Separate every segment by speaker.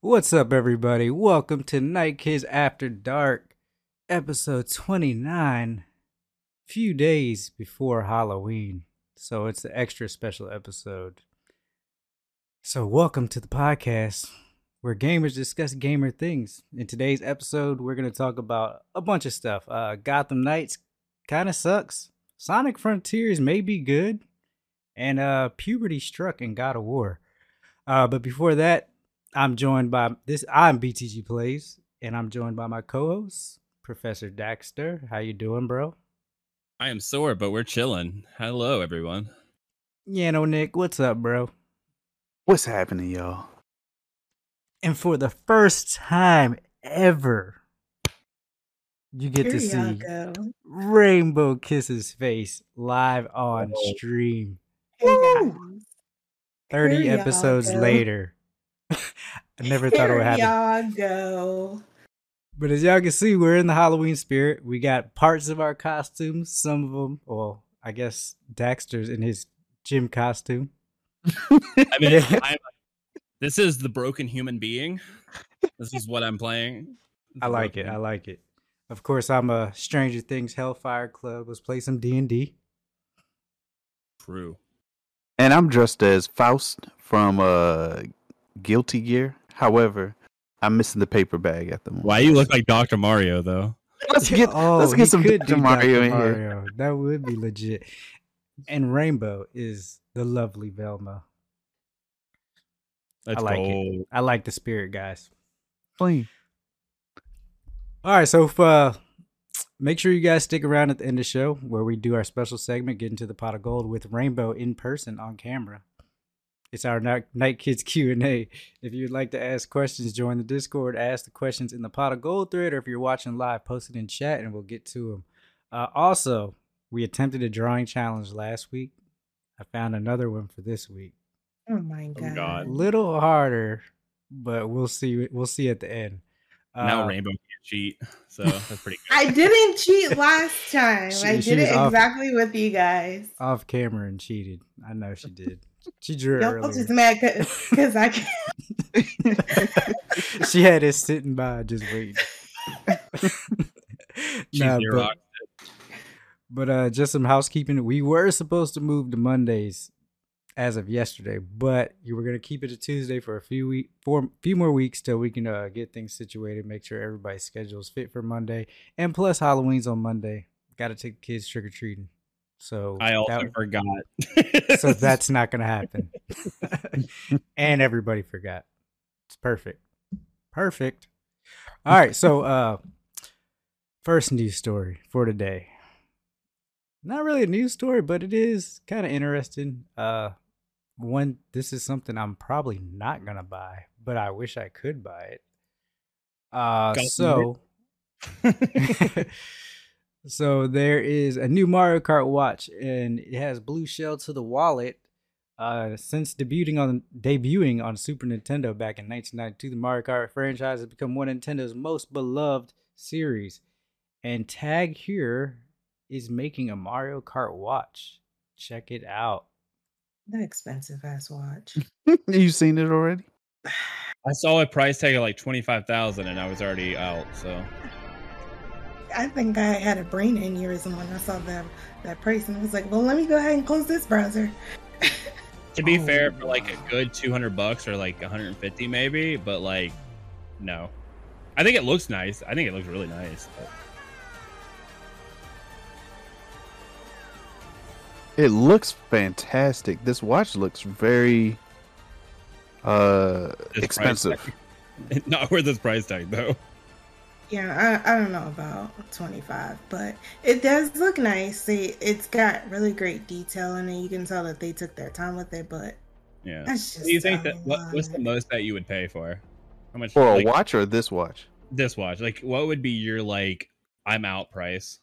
Speaker 1: What's up, everybody? Welcome to Night Kids After Dark, episode 29. Few days before Halloween, so it's an extra special episode. So, welcome to the podcast where gamers discuss gamer things. In today's episode, we're going to talk about a bunch of stuff. Uh, Gotham Knights kind of sucks, Sonic Frontiers may be good, and uh, puberty struck in God of War. Uh, but before that, I'm joined by this. I'm BTG Plays, and I'm joined by my co-host Professor Daxter. How you doing, bro?
Speaker 2: I am sore, but we're chilling. Hello, everyone.
Speaker 1: You know, Nick, what's up, bro?
Speaker 3: What's happening, y'all?
Speaker 1: And for the first time ever, you get to
Speaker 4: Here y'all
Speaker 1: see
Speaker 4: go.
Speaker 1: Rainbow Kisses face live on
Speaker 2: Oh.
Speaker 1: stream.
Speaker 4: Here y'all
Speaker 3: Woo!
Speaker 4: go.
Speaker 1: 30
Speaker 4: Here y'all
Speaker 1: episodes
Speaker 4: go.
Speaker 1: later. I never thought it would
Speaker 4: Here
Speaker 1: happen.
Speaker 4: Y'all go.
Speaker 1: But as y'all can see, we're in the Halloween spirit. We got parts of our costumes, some of them, well, I guess Daxter's in his gym costume.
Speaker 2: I mean,
Speaker 1: Yeah.
Speaker 2: I'm, this is the broken human being. This is what I'm playing.
Speaker 1: I like it. I like it. Of course, I'm a Stranger Things Hellfire Club. Let's play some D&D.
Speaker 2: True.
Speaker 3: And I'm dressed as Faust from uh, Guilty Gear. However, I'm missing the paper bag at the moment.
Speaker 2: Why you look like Dr. Mario, though?
Speaker 3: Let's get
Speaker 1: oh,
Speaker 3: let's
Speaker 1: he
Speaker 3: get some
Speaker 1: could
Speaker 3: Dr.
Speaker 1: do
Speaker 3: Mario in here.
Speaker 1: Mario. That would be legit. And Rainbow is the lovely Velma.
Speaker 2: That's
Speaker 1: like it.
Speaker 2: gold.
Speaker 1: I like the spirit, guys.
Speaker 3: Clean.
Speaker 1: All right, so if, uh, make sure you guys stick around at the end of the show where we do our special segment, Get Into the Pot of Gold with Rainbow in person on camera. It's our Night, night Kids Q&A. If you'd like to ask questions, join the Discord, ask the questions in the Pot of Gold thread, or if you're watching live, post it in chat and we'll get to them. Uh, also, we attempted a drawing challenge last week. I found another one for this week.
Speaker 4: Oh my
Speaker 2: Oh,
Speaker 4: god.
Speaker 1: A
Speaker 2: God.
Speaker 1: little harder, but we'll see we'll see at the end.
Speaker 2: now
Speaker 1: Uh,
Speaker 2: Rainbow can't cheat, so that's pretty good.
Speaker 4: I didn't cheat last time.
Speaker 1: She-
Speaker 4: I
Speaker 1: she
Speaker 4: did
Speaker 1: was
Speaker 4: it
Speaker 1: off-
Speaker 4: exactly with you guys.
Speaker 1: off camera and cheated. I know she did. She drew it
Speaker 4: Y'all just
Speaker 1: earlier.
Speaker 4: mad because I can't.
Speaker 1: she had it sitting by just waiting.
Speaker 2: She's
Speaker 1: Nah,
Speaker 2: your
Speaker 1: but,
Speaker 2: rock.
Speaker 1: but uh, just some housekeeping. We were supposed to move to Mondays as of yesterday, but you were gonna keep it to Tuesday for a few week, for a few more weeks till we can uh, get things situated, make sure everybody's schedules fit for Monday, and plus Halloween's on Monday. Got to take the kids trick or treating. So
Speaker 2: I also
Speaker 1: that-
Speaker 2: forgot.
Speaker 1: so that's not going to happen. and everybody forgot. It's perfect. Perfect. All right, so uh first news story for today. Not really a news story, but it is kind of interesting. Uh one this is something I'm probably not going to buy, but I wish I could buy it. Uh
Speaker 2: Gotham
Speaker 1: so so there is a new Mario Kart watch, and it has blue shell to the wallet. Uh, since debuting on debuting on Super Nintendo back in 1992, the Mario Kart franchise has become one of Nintendo's most beloved series. And Tag here is making a Mario Kart watch. Check it out.
Speaker 4: That expensive ass watch.
Speaker 3: you seen it already?
Speaker 2: I saw a price tag of like 25,000 and I was already out, so
Speaker 4: I think I had a brain aneurysm when I saw that that price, and I was like, "Well, let me go ahead and close this browser."
Speaker 2: To be
Speaker 3: Oh,
Speaker 2: fair, for like a
Speaker 3: wow.
Speaker 2: good 200 bucks or like 150 maybe, but like, no. I think it looks nice. I think it looks really nice. but-
Speaker 3: It looks fantastic. This watch looks very uh
Speaker 2: This price
Speaker 3: expensive.
Speaker 2: tag- Not worth this price tag though.
Speaker 4: Yeah, I, I don't know about 25, but it does look nice. They, it's got really great detail in it. You can tell that they took their time with it, but
Speaker 2: Yeah.
Speaker 4: that's just.
Speaker 2: Do you think
Speaker 4: I
Speaker 2: that what,
Speaker 4: love
Speaker 2: what's the
Speaker 4: it.
Speaker 2: most that you would pay for? How much
Speaker 3: For a
Speaker 2: like,
Speaker 3: watch or this watch?
Speaker 2: This watch, like, what would be your like I'm out price?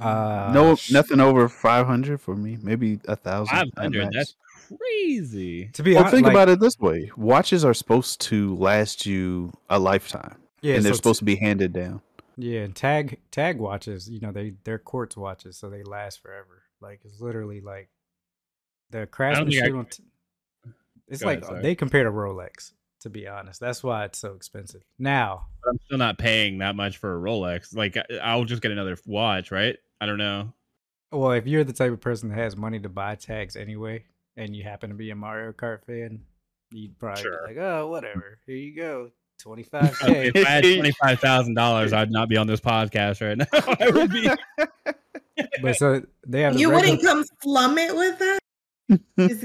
Speaker 1: Uh,
Speaker 3: Mm, no,
Speaker 1: sh-
Speaker 3: nothing over five hundred for me. Maybe a thousand.
Speaker 2: 500. That's crazy.
Speaker 1: To be
Speaker 3: Well,
Speaker 1: honest,
Speaker 3: think
Speaker 1: like-
Speaker 3: about it this way: watches are supposed to last you a lifetime,
Speaker 1: Yeah,
Speaker 3: and they're
Speaker 1: so t-
Speaker 3: supposed to be handed down.
Speaker 1: Yeah, and tag tag watches, you know, they they're quartz watches, so they last forever. Like it's literally like the
Speaker 2: don't think I
Speaker 1: craftsmanship.
Speaker 2: can-
Speaker 1: on t- it's
Speaker 2: Go
Speaker 1: like
Speaker 2: ahead, sorry.
Speaker 1: they compare to Rolex. to be honest. That's why it's so expensive. Now,
Speaker 2: But I'm still not paying that much for a Rolex. Like I- I'll just get another watch, right? I don't know.
Speaker 1: well, if you're the type of person that has money to buy tags anyway, and you happen to be a Mario Kart fan, you'd probably
Speaker 2: Sure.
Speaker 1: be like, oh, whatever. Here you go. 25K.
Speaker 2: If I had twenty five thousand dollars, I'd not be on this podcast right now. I would be.
Speaker 1: but so they have the
Speaker 4: You
Speaker 1: regular-
Speaker 4: wouldn't come slum it with us? It's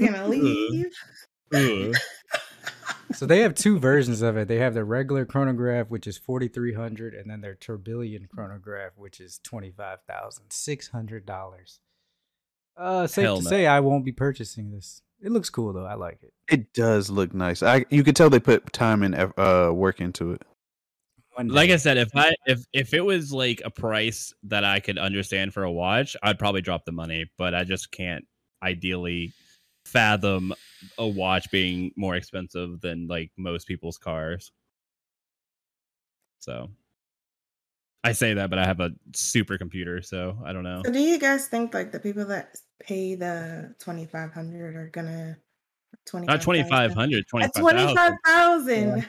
Speaker 4: gonna leave.
Speaker 2: Ugh.
Speaker 1: So they have two versions of it. They have their regular chronograph, which is forty three hundred, and then their turbillion chronograph, which is twenty five thousand six hundred dollars. Uh, safe
Speaker 2: Hell
Speaker 1: to
Speaker 2: no.
Speaker 1: say, I won't be purchasing this. It looks cool though. I like it.
Speaker 3: It does look nice. I you could tell they put time and eff- uh work into it.
Speaker 1: One
Speaker 2: Like
Speaker 1: day.
Speaker 2: I said, if I if if it was like a price that I could understand for a watch, I'd probably drop the money. But I just can't ideally fathom a watch being more expensive than like most people's cars. So I say that, but I have a supercomputer, so I don't know.
Speaker 4: So do you guys think like the people that pay the twenty five hundred are gonna twenty
Speaker 2: Not 2500
Speaker 4: twenty-five
Speaker 2: 25,000.
Speaker 4: thousand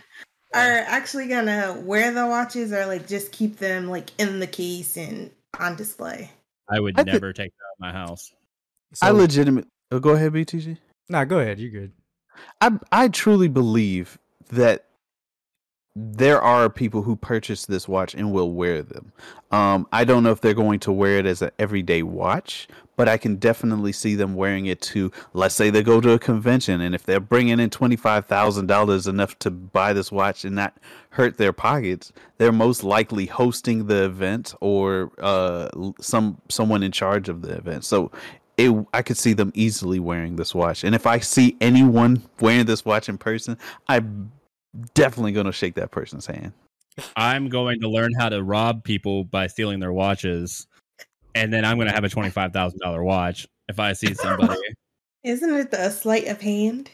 Speaker 4: are actually gonna wear the watches or like just keep them like in the case and on display?
Speaker 2: I would
Speaker 3: I thi-
Speaker 2: never take that out of my house.
Speaker 1: So-
Speaker 3: I legitimately oh, go ahead, BTG.
Speaker 1: Nah, go ahead. You good?
Speaker 3: I I truly believe that there are people who purchase this watch and will wear them. Um, I don't know if they're going to wear it as an everyday watch, but I can definitely see them wearing it to, let's say, they go to a convention, and if they're bringing in twenty five thousand dollars enough to buy this watch and not hurt their pockets, they're most likely hosting the event or uh, l- some someone in charge of the event. So it I could see them easily wearing this watch. And if I see anyone wearing this watch in person, I'm definitely gonna shake that person's hand.
Speaker 2: I'm going to learn how to rob people by stealing their watches, and then I'm going to have a twenty five thousand dollar watch if I see somebody.
Speaker 4: Isn't it the sleight of hand?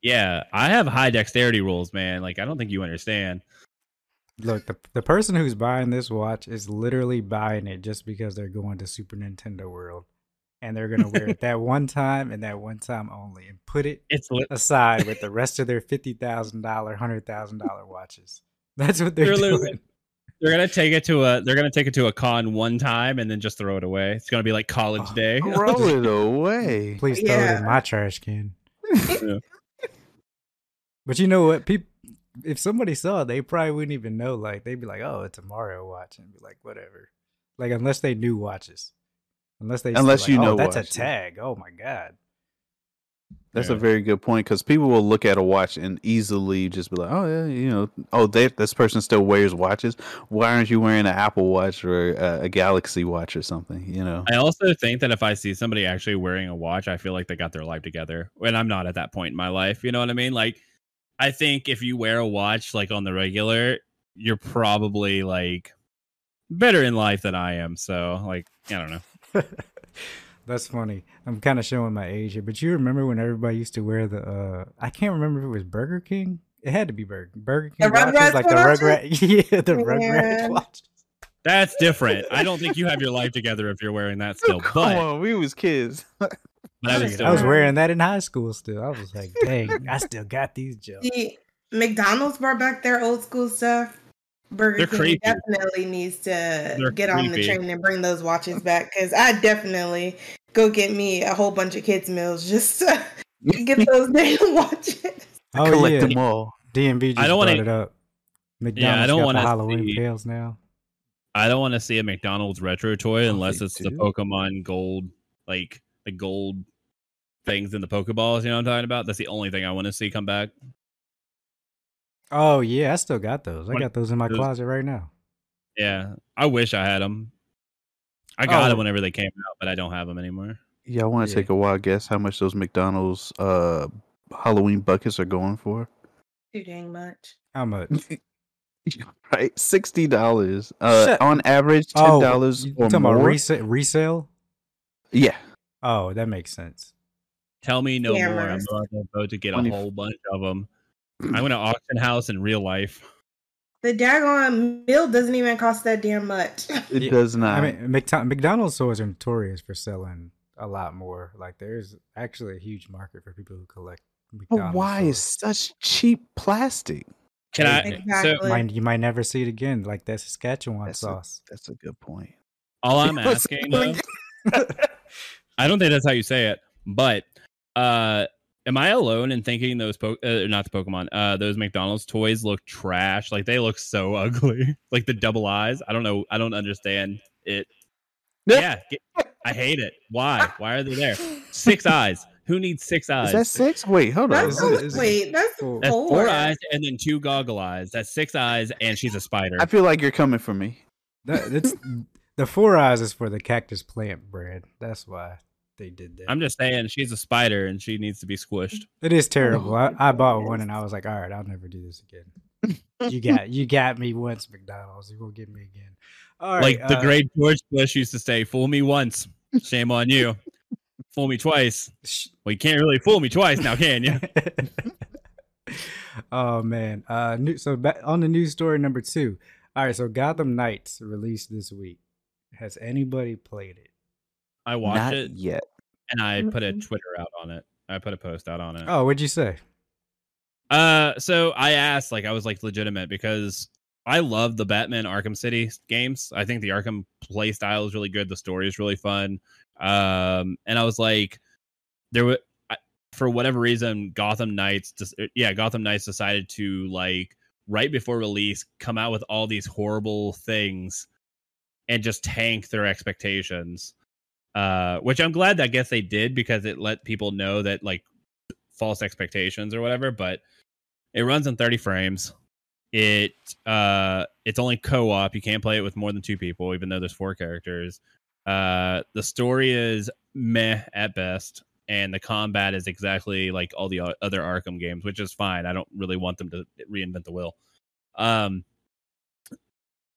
Speaker 2: yeah, I have high dexterity rules, man. Like I don't think you understand.
Speaker 1: Look, the the person who's buying this watch is literally buying it just because they're going to Super Nintendo World, and they're gonna wear it that one time and that one time only, and put it
Speaker 2: It's li-
Speaker 1: aside with the rest of their fifty thousand dollar, hundred thousand dollar watches. That's what they're,
Speaker 2: They're literally-
Speaker 1: doing.
Speaker 2: they're going to take it to a they're going to take it to a con one time and then just throw it away. It's going to be like college
Speaker 1: Oh,
Speaker 2: day.
Speaker 3: Roll it away.
Speaker 1: Please throw it in my trash can.
Speaker 2: Yeah.
Speaker 1: But you know what? People, if somebody saw it, they probably wouldn't even know. Like they'd be like, "Oh, it's a Mario watch," and be like, "Whatever." Like unless they knew watches, unless they
Speaker 3: Unless
Speaker 1: like,
Speaker 3: you
Speaker 1: "Oh,
Speaker 3: know
Speaker 1: that's
Speaker 3: watch,
Speaker 1: a
Speaker 3: yeah.
Speaker 1: tag. Oh my god!
Speaker 3: That's a
Speaker 2: Yeah.
Speaker 3: very good point because people will look at a watch and easily just be like, "Oh yeah, you know, oh they, this person still wears watches. Why aren't you wearing an Apple Watch or a, a Galaxy Watch or something?" You know,
Speaker 2: I also think that if I see somebody actually wearing a watch, I feel like they got their life together. And I'm not at that point in my life. You know what I mean? Like, I think if you wear a watch like on the regular, you're probably like better in life than I am. So, like, I don't know.
Speaker 1: That's funny. I'm kind of showing my age here, but you remember when everybody used to wear the? uh I can't remember if it was Burger King. It had to be Burger Burger King watches,
Speaker 4: Rugrats
Speaker 1: like the
Speaker 4: watches?
Speaker 1: Rugrat, yeah, the
Speaker 4: Yeah.
Speaker 1: Rugrat watches.
Speaker 2: That's different. I don't think you have your life together if you're wearing that still.
Speaker 3: come
Speaker 2: But,
Speaker 3: on, we was kids.
Speaker 2: but I was
Speaker 4: I
Speaker 2: still.
Speaker 1: I was
Speaker 4: Right.
Speaker 1: wearing that in high school still. I was like, dang, I still got these jokes.
Speaker 4: The McDonald's brought back their old school stuff. Burger
Speaker 2: They're
Speaker 4: King
Speaker 2: creepy.
Speaker 4: definitely needs to get on the
Speaker 2: creepy.
Speaker 4: train and bring those watches back because I definitely go get me a whole bunch of kids' meals just to get those damn watches.
Speaker 1: Oh
Speaker 3: Collect
Speaker 1: yeah,
Speaker 3: them all.
Speaker 1: DMV just
Speaker 2: I don't
Speaker 1: brought
Speaker 2: wanna-
Speaker 1: it up. McDonald's
Speaker 2: don't
Speaker 1: got the
Speaker 2: wanna
Speaker 1: Halloween
Speaker 2: see-
Speaker 1: tails now.
Speaker 2: I don't want to see a McDonald's retro toy
Speaker 3: Oh,
Speaker 2: unless
Speaker 3: they
Speaker 2: it's the
Speaker 3: do?
Speaker 2: Pokemon Gold, like the gold things in the Pokeballs. You know what I'm talking about? That's the only thing I want to see come back.
Speaker 1: Oh yeah, I still got those. I
Speaker 2: What-
Speaker 1: got those in my
Speaker 2: those-
Speaker 1: closet right now.
Speaker 2: Yeah, I wish I had them. I got
Speaker 1: Oh.
Speaker 2: them whenever they came out, but I don't have them anymore.
Speaker 3: Yeah, I want to
Speaker 1: Yeah.
Speaker 3: take a wild guess how much those McDonald's uh Halloween buckets are going for.
Speaker 4: Too dang much.
Speaker 1: How much?
Speaker 3: right, sixty dollars. Uh,
Speaker 1: Shut- Oh,
Speaker 3: on average, ten dollars
Speaker 1: you you
Speaker 3: or
Speaker 1: talking
Speaker 3: more.
Speaker 1: about resale? Resale?
Speaker 3: yeah,
Speaker 1: Oh, that makes sense.
Speaker 2: Tell me no more. I'm
Speaker 4: Cameras.
Speaker 2: about to go to get a
Speaker 3: Twenty-
Speaker 2: whole bunch of them. I'm going to auction house in real life.
Speaker 4: The daggone meal doesn't even cost that damn much.
Speaker 3: it
Speaker 1: Yeah,
Speaker 3: does
Speaker 1: I
Speaker 3: not.
Speaker 1: mean, McDo- McDonald's stores are notorious for selling a lot more. Like, there's actually a huge market for people who collect
Speaker 3: But why is
Speaker 1: McDonald's
Speaker 3: such cheap plastic?
Speaker 2: Can I?
Speaker 4: Exactly.
Speaker 2: So
Speaker 1: sauce. Might- you might never see it again, like that Saskatchewan
Speaker 3: That's a-
Speaker 1: sauce.
Speaker 3: That's a good point.
Speaker 2: all I'm
Speaker 3: That's a
Speaker 2: asking,
Speaker 3: good
Speaker 2: though, I don't think that's how you say it, but uh, am I alone in thinking those po- uh, not the Pokemon, uh, those McDonald's toys look trash? Like they look so ugly, like the double eyes. I don't know. I don't understand it. Yeah, get- I hate it. Why? Why are they there? Six eyes. Who needs six eyes?
Speaker 3: Is that six? Wait, hold on.
Speaker 4: That's
Speaker 1: Is it-
Speaker 3: Is
Speaker 4: not-
Speaker 3: it-
Speaker 1: is it-
Speaker 4: wait, that's
Speaker 1: Four.
Speaker 4: four.
Speaker 2: That's four. eyes and then two goggle eyes. That's six eyes, and she's a spider.
Speaker 3: I feel like you're coming for me.
Speaker 1: That, it's, the four eyes is for the cactus plant bread. That's why they did that.
Speaker 2: I'm just saying she's a spider and she needs to be squished.
Speaker 1: It is terrible. I, I bought one and I was like, all right, I'll never do this again. you got you got me once, McDonald's. You won't get me again. All right,
Speaker 2: like the
Speaker 1: uh,
Speaker 2: great George Bush used to say, "Fool me once, shame on you. fool me twice,
Speaker 1: sh-
Speaker 2: well, you can't really fool me twice now, can you?"
Speaker 1: oh man. Uh, new, so ba on the news story number two. All right, so Gotham Knights released this week. Has anybody played it?
Speaker 2: I watched
Speaker 3: Not
Speaker 2: it
Speaker 3: yet.
Speaker 2: and I put a
Speaker 4: Mhm.
Speaker 2: Twitter out on it. I put a post out on it.
Speaker 1: Oh, what'd you say?
Speaker 2: Uh, so I asked, like, I was like legitimate because I love the Batman Arkham City games. I think the Arkham play style is really good. The story is really fun. Um, and I was like, there were I- for whatever reason, Gotham Knights, just, er, yeah, Gotham Knights decided to like right before release come out with all these horrible things and just tank their expectations. Uh, which I'm glad I guess they did because it let people know that like false expectations or whatever, but it runs in 30 frames. It uh it's only co-op. You can't play it with more than two people, even though there's four characters. Uh the story is meh at best, and the combat is exactly like all the o- other Arkham games, which is fine. I don't really want them to reinvent the wheel. Um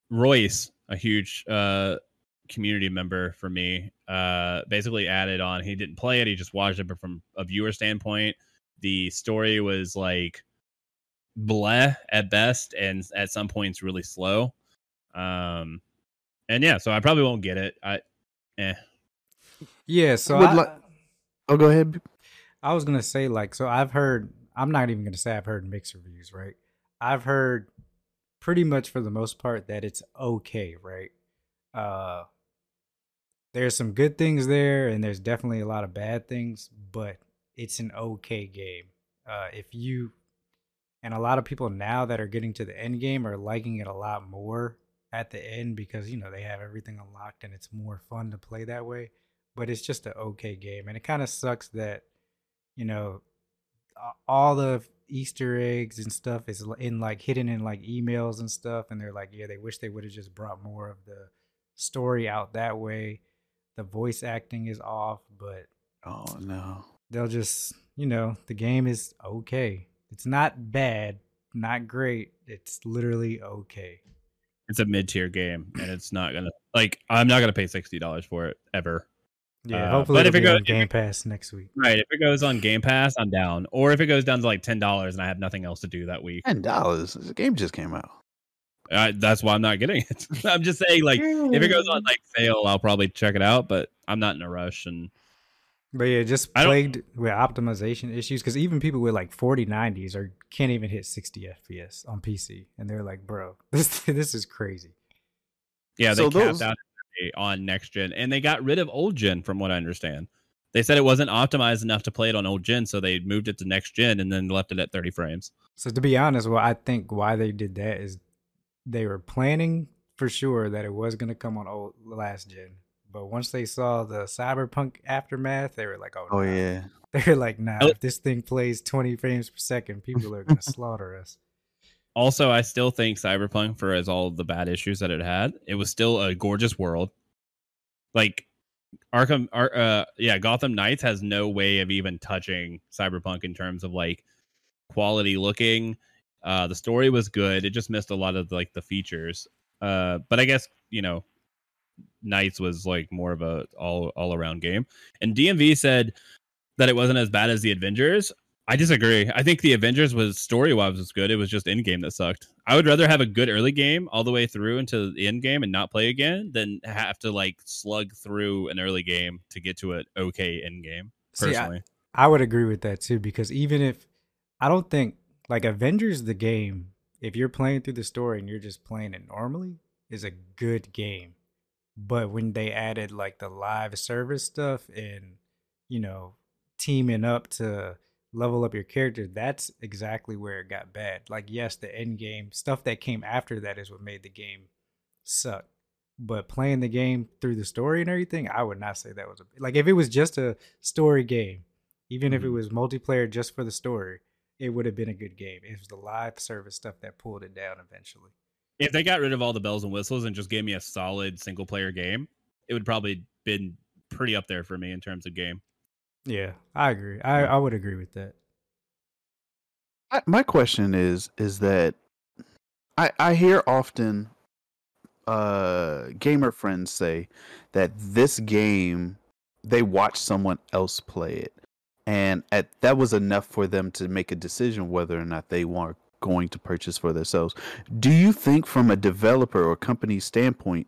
Speaker 2: Royce, a huge uh community member for me, uh basically added on he didn't play it, he just watched it, but from a viewer standpoint, the story was like bleh at best and at some points really slow. Um and yeah, so I probably won't get it. I eh.
Speaker 1: Yeah, so
Speaker 3: Would
Speaker 1: I,
Speaker 3: li- Oh, go ahead.
Speaker 1: I was gonna say like so I've heard I'm not even gonna say I've heard mixed reviews, right? I've heard pretty much for the most part that it's okay, right? Uh there's some good things there and there's definitely a lot of bad things, but it's an okay game. Uh if you and a lot of people now that are getting to the end game are liking it a lot more at the end because you know they have everything unlocked and it's more fun to play that way. But it's just an okay game and it kind of sucks that you know a- all the easter eggs and stuff is l- in like hidden in like emails and stuff and they're like yeah they wish they would have just brought more of the story out that way the voice acting is off but
Speaker 3: Oh no.
Speaker 1: they'll just you know the game is okay it's not bad not great it's literally okay Uh,
Speaker 2: It's a mid-tier game and it's not going to like I'm not going to pay $60 for it ever.
Speaker 1: yeah
Speaker 2: Uh,
Speaker 1: hopefully
Speaker 2: but
Speaker 1: it'll
Speaker 2: if it
Speaker 1: be on
Speaker 2: goes- if
Speaker 1: game pass next week
Speaker 2: Right, if it goes on Game Pass, I'm down. Or if it goes down to like $10 and I have nothing else to do that week,
Speaker 3: Ten dollars. The game just came out.
Speaker 2: I, that's why I'm not getting it. I'm just saying like if it goes on like sale, I'll probably check it out, but I'm not in a rush and
Speaker 1: But yeah, just
Speaker 2: I don't-
Speaker 1: plagued with optimization issues because even people with like 4090s are can't even hit 60 FPS on PC, and they're like, "Bro, this this is crazy."
Speaker 2: Yeah, they
Speaker 3: So
Speaker 2: capped
Speaker 3: those-
Speaker 2: out on next gen, and they got rid of old gen, from what I understand. They said it wasn't optimized enough to play it on old gen, so they moved it to next gen and then left it at 30 frames.
Speaker 1: So to be honest, what I think why they did that is they were planning for sure that it was gonna come on old last gen, but once they saw the cyberpunk aftermath, they were like, "Oh,
Speaker 3: Oh
Speaker 1: nah."
Speaker 3: yeah.
Speaker 1: They were like, "Nah,
Speaker 2: Oh.
Speaker 1: if this thing plays 20 frames per second, people are gonna slaughter us."
Speaker 2: Also, I still think Cyberpunk, for as all of the bad issues that it had, it was still a gorgeous world. Like Arkham, Ar- uh, yeah, Gotham Knights has no way of even touching Cyberpunk in terms of like quality looking. Uh, the story was good. It just missed a lot of like the features. Uh, but I guess you know, Knights was like more of a all all around game. And DMV said that it wasn't as bad as the Avengers. I disagree. I think the Avengers was story wise was good. It was just end game that sucked. I would rather have a good early game all the way through into the end game and not play again than have to like slug through an early game to get to an okay end game.
Speaker 1: See, I-
Speaker 2: Personally,
Speaker 1: I would agree with that too because even if I don't think like Avengers the game, if you're playing through the story and you're just playing it normally, is a good game. But when they added like the live service stuff and you know teaming up to level up your character, that's exactly where it got bad. Like yes, the end game stuff that came after that is what made the game suck. But playing the game through the story and everything, I would not say that was a, like if it was just a story game, even if it was multiplayer just for the story, it would have been a good game. It was the live service stuff that pulled it down eventually.
Speaker 2: If they got rid of all the bells and whistles and just gave me a solid single player game, it would probably been pretty up there for me in terms of game.
Speaker 1: Yeah, I agree. I, I would agree with that.
Speaker 3: I, my question is is that I I hear often uh gamer friends say that this game they watched someone else play it and at that was enough for them to make a decision whether or not they were going to purchase for themselves do you think from a developer or company standpoint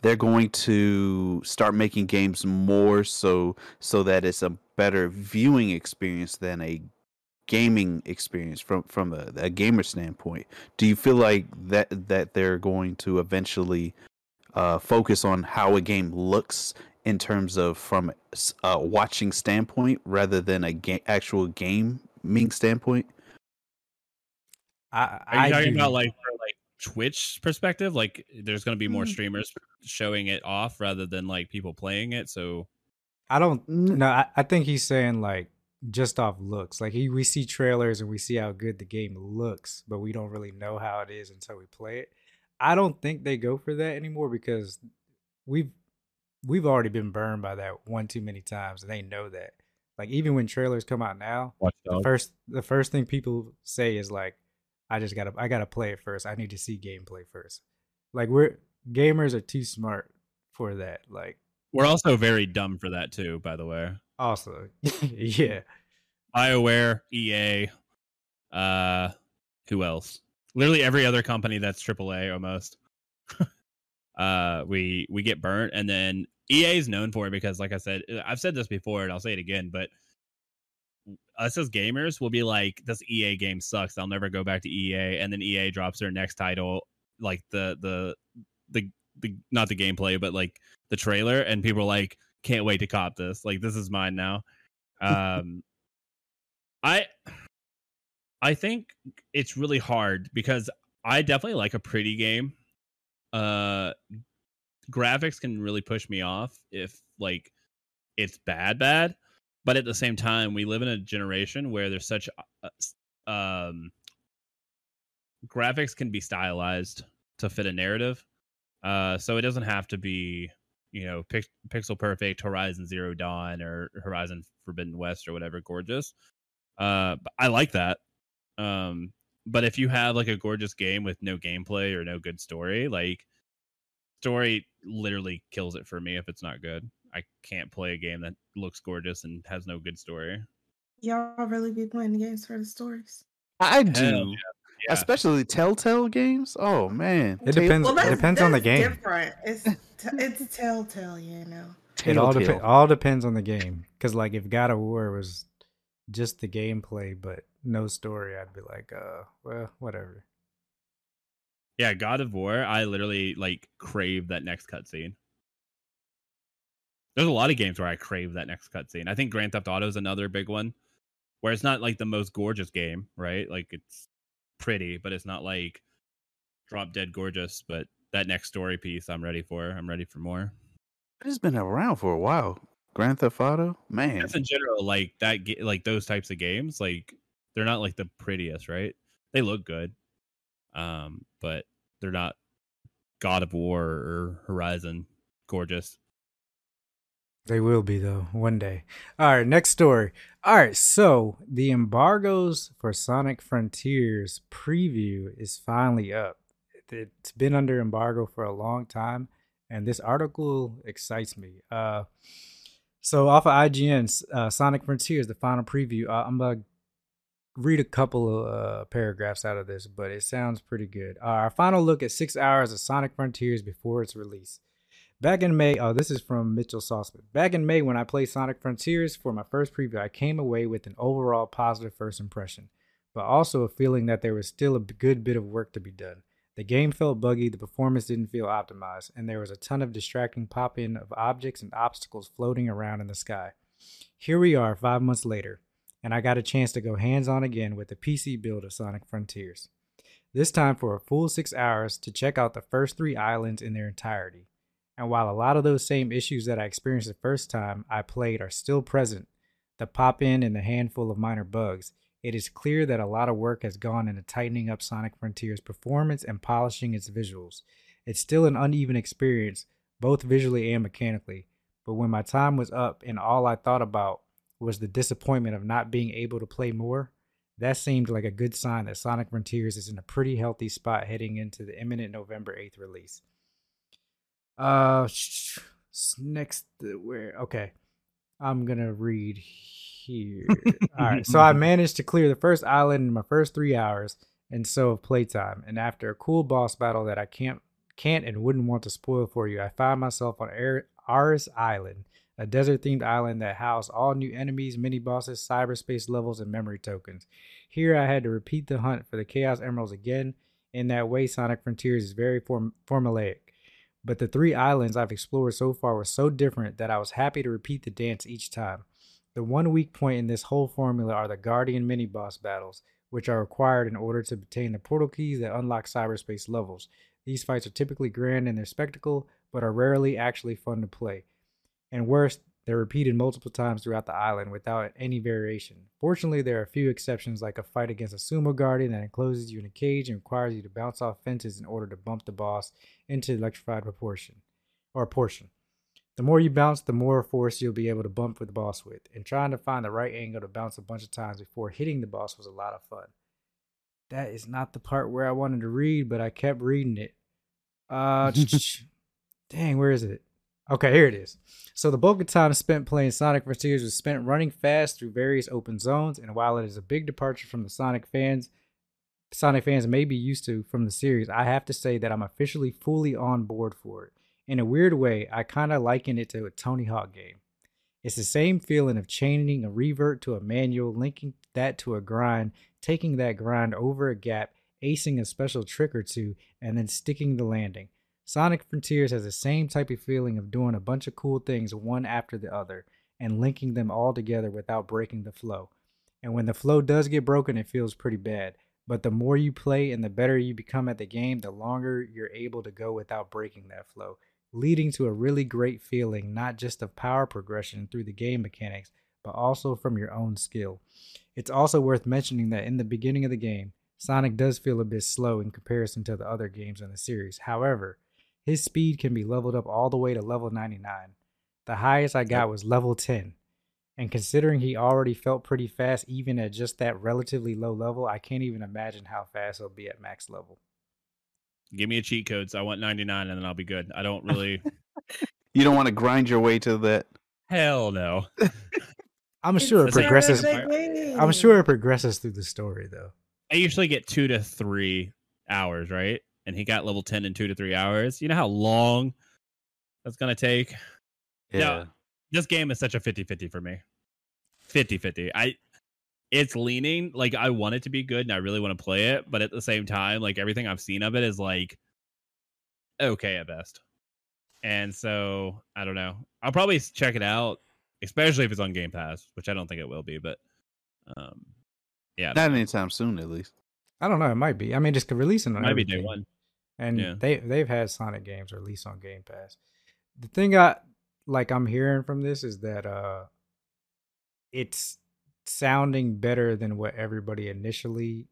Speaker 3: they're going to start making games more so so that it's a better viewing experience than a gaming experience from from a, a gamer standpoint do you feel like that that they're going to eventually uh, focus on how a game looks in terms of from a watching standpoint rather than a ga- actual gaming standpoint
Speaker 1: I,
Speaker 2: Are
Speaker 1: I
Speaker 2: you talking
Speaker 1: do-
Speaker 2: about like for like Twitch perspective? Like there's going to be
Speaker 1: Mm.
Speaker 2: more streamers showing it off rather than like people playing it. So
Speaker 1: I don't
Speaker 3: Mm.
Speaker 1: no, I, I think he's saying like just off looks. Like he, we see trailers and we see how good the game looks, but we don't really know how it is until we play it. I don't think they go for that anymore because we've we've already been burned by that one too many times and they know that. Like even when trailers come out now,
Speaker 2: watch
Speaker 1: the first the first thing people say is like i just gotta i gotta play it first i need to see gameplay first like we're gamers are too smart for that like
Speaker 2: We're also very dumb for that too, by the way.
Speaker 1: also yeah
Speaker 2: BioWare, EA, uh, who else? Literally every other company that's AAA almost. uh, we we get burnt, and then EA is known for it because, like I said, I've said this before, and I'll say it again, but us as gamers will be like, "This EA game sucks. I'll never go back to EA." And then EA drops their next title, like the the the the not the gameplay, but like the trailer, and people are like, "Can't wait to cop this. Like this is mine now." Um. I I think it's really hard because I definitely like a pretty game. Uh graphics can really push me off if like it's bad bad, but at the same time we live in a generation where there's such uh, s- um graphics can be stylized to fit a narrative. Uh so it doesn't have to be you know, pic- pixel perfect Horizon Zero Dawn or Horizon Forbidden West or whatever, gorgeous uh but i like that um but if you have like a gorgeous game with no gameplay or no good story like story literally kills it for me if it's not good i can't play a game that looks gorgeous and has no good story
Speaker 4: Y'all really be playing the games for the stories.
Speaker 3: i
Speaker 2: Hell
Speaker 3: do
Speaker 2: yeah. Yeah.
Speaker 3: especially telltale games oh man
Speaker 1: it
Speaker 3: Tell-
Speaker 1: depends it depends on the
Speaker 4: that's
Speaker 1: game
Speaker 4: Different. It's t- it's telltale, you know.
Speaker 1: it all,
Speaker 3: Telltale.
Speaker 1: dep- all depends on the game because like if god of war was just the gameplay but no story i'd be like uh well whatever
Speaker 2: yeah god of war i literally like crave that next cutscene there's a lot of games where i crave that next cutscene i think grand theft auto is another big one where it's not like the most gorgeous game right like it's pretty but it's not like drop dead gorgeous but that next story piece i'm ready for i'm ready for more
Speaker 3: it's been around for a while grand theft auto man
Speaker 2: just in general like that ga- like those types of games like they're not like the prettiest right they look good um but they're not god of war or horizon gorgeous
Speaker 1: They will be though, one day. All right, next story. All right, so the embargoes for Sonic Frontiers preview is finally up. It's been under embargo for a long time, and this article excites me. Uh, so off of IGN, 's, uh, Sonic Frontiers, the final preview. Uh, I'm gonna read a couple of uh, paragraphs out of this, but it sounds pretty good. Uh, our final look at six hours of Sonic Frontiers before its release. Back in May, oh, this is from Mitchell Sauceman. Back in May, when I played Sonic Frontiers for my first preview, I came away with an overall positive first impression, but also a feeling that there was still a good bit of work to be done. The game felt buggy, the performance didn't feel optimized, and there was a ton of distracting pop in of objects and obstacles floating around in the sky. Here we are, five months later, and I got a chance to go hands on again with the PC build of Sonic Frontiers. This time for a full six hours to check out the first three islands in their entirety. And while a lot of those same issues that I experienced the first time I played are still present, the pop in and the handful of minor bugs, it is clear that a lot of work has gone into tightening up Sonic Frontier's performance and polishing its visuals. It's still an uneven experience, both visually and mechanically, but when my time was up and all I thought about was the disappointment of not being able to play more, that seemed like a good sign that Sonic Frontiers is in a pretty healthy spot heading into the imminent November 8th release. Uh, sh- sh- next, uh, where? Okay. I'm gonna read here. All right. So I managed to clear the first island in my first three hours, and so of playtime. And after a cool boss battle that I can't, can't, and wouldn't want to spoil for you, I found myself on Air- Aris Island, a desert-themed island that housed all new enemies, mini bosses, cyberspace levels, and memory tokens. Here, I had to repeat the hunt for the Chaos Emeralds again. In that way, Sonic Frontiers is very form- formulaic but the three islands I've explored so far were so different that I was happy to repeat the dance each time. The one weak point in this whole formula are the Guardian mini boss battles, which are required in order to obtain the portal keys that unlock cyberspace levels. These fights are typically grand in their spectacle, but are rarely actually fun to play. And worse, they're repeated multiple times throughout the island without any variation. Fortunately, there are a few exceptions, like a fight against a sumo guardian that encloses you in a cage and requires you to bounce off fences in order to bump the boss into electrified proportion or portion. The more you bounce, the more force you'll be able to bump with the boss with, and trying to find the right angle to bounce a bunch of times before hitting the boss was a lot of fun. That is not the part where I wanted to read, but I kept reading it. Uh, dang, where is it? Okay, here it is. So the bulk of time spent playing Sonic Frontiers was spent running fast through various open zones, and while it is a big departure from the Sonic fans, Sonic fans may be used to from the series, I have to say that I'm officially fully on board for it. In a weird way, I kind of liken it to a Tony Hawk game. It's the same feeling of chaining a revert to a manual, linking that to a grind, taking that grind over a gap, acing a special trick or two, and then sticking the landing. Sonic Frontiers has the same type of feeling of doing a bunch of cool things one after the other and linking them all together without breaking the flow. And when the flow does get broken, it feels pretty bad. But the more you play and the better you become at the game, the longer you're able to go without breaking that flow, leading to a really great feeling not just of power progression through the game mechanics, but also from your own skill. It's also worth mentioning that in the beginning of the game, Sonic does feel a bit slow in comparison to the other games in the series. However, his speed can be leveled up all the way to level 99. The highest I got was level 10. And considering he already felt pretty fast, even at just that relatively low level, I can't even imagine how fast he'll be at max level.
Speaker 2: Give me a cheat code. So I want 99 and then I'll be good. I don't really.
Speaker 3: You don't want to grind your way to that.
Speaker 2: Hell no.
Speaker 1: I'm sure it
Speaker 2: It's a
Speaker 1: progresses.
Speaker 2: perfect-
Speaker 1: I'm sure it progresses through the story, though.
Speaker 2: I usually get two to three hours, right? And he got level 10 in two to three hours. You know how long that's going to take? No. This game is such a 50 50 for me. 50 50. I. It's leaning like I want it to be good and I really want to play it, but at the same time, like everything I've seen of it is like okay at best. And so I don't know. I'll probably s- check it out, especially if it's on Game Pass, which I don't think it will be, but um yeah.
Speaker 3: Not anytime soon, at least.
Speaker 1: I don't know. It might be. I mean, just releasing on
Speaker 2: might be day
Speaker 1: everything.
Speaker 2: one.
Speaker 1: and
Speaker 2: Yeah.
Speaker 1: they they've had Sonic games released on Game Pass. The thing I like I'm hearing from this is that uh it's sounding better than what everybody initially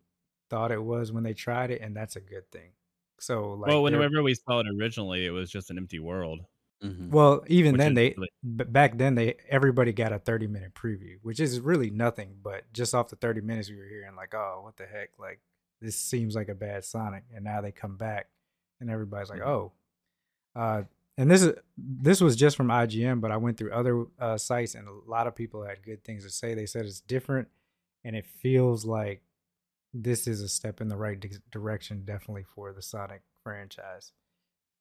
Speaker 1: thought it was when they tried it, and that's a good thing. So like
Speaker 2: well,
Speaker 1: they're-
Speaker 2: whenever we saw it originally, it was just an empty world.
Speaker 3: Mm-hmm.
Speaker 1: well even
Speaker 2: Mm-hmm. which
Speaker 1: then
Speaker 2: is
Speaker 1: they
Speaker 2: really-
Speaker 1: b- back then they everybody got a 30 minute preview, which is really nothing, but just off the 30 minutes we were hearing like, oh what the heck, like this seems like a bad Sonic, and now they come back and everybody's like,
Speaker 2: Mhm.
Speaker 1: oh. Uh, and this is this was just from IGN, but I went through other uh, sites, and a lot of people had good things to say. They said it's different, and it feels like this is a step in the right di- direction, definitely for the Sonic franchise.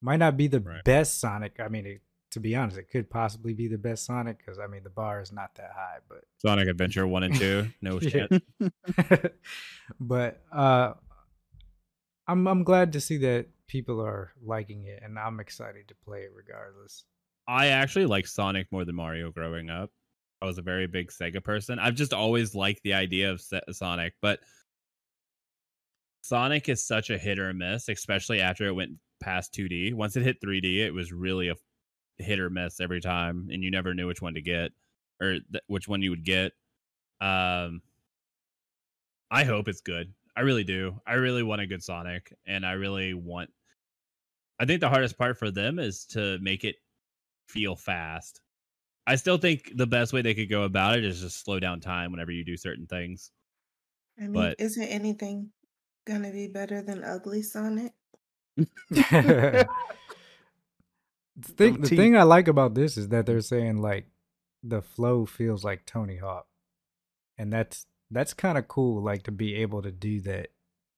Speaker 1: Might not be the
Speaker 2: Right.
Speaker 1: best Sonic. I mean, it, to be honest, it could possibly be the best Sonic because I mean the bar is not that high, but
Speaker 2: Sonic Adventure one and two. No
Speaker 1: Yeah.
Speaker 2: shit.
Speaker 1: but uh I'm I'm glad to see that people are liking it and I'm excited to play it regardless.
Speaker 2: I actually like Sonic more than Mario growing up. I was a very big Sega person. I've just always liked the idea of Se- Sonic, but Sonic is such a hit or miss, especially after it went past 2D. Once it hit 3D, it was really a hit or miss every time, and you never knew which one to get or th- which one you would get. Um, I hope it's good. I really do. I really want a good Sonic, and I really want. I think the hardest part for them is to make it feel fast. I still think the best way they could go about it is just slow down time whenever you do certain things.
Speaker 4: I mean,
Speaker 2: But-
Speaker 4: isn't anything gonna be better than ugly Sonic?
Speaker 1: the thing, the
Speaker 3: teeth.
Speaker 1: thing I like about this is that they're saying like the flow feels like Tony Hawk, and that's that's kind of cool. Like to be able to do that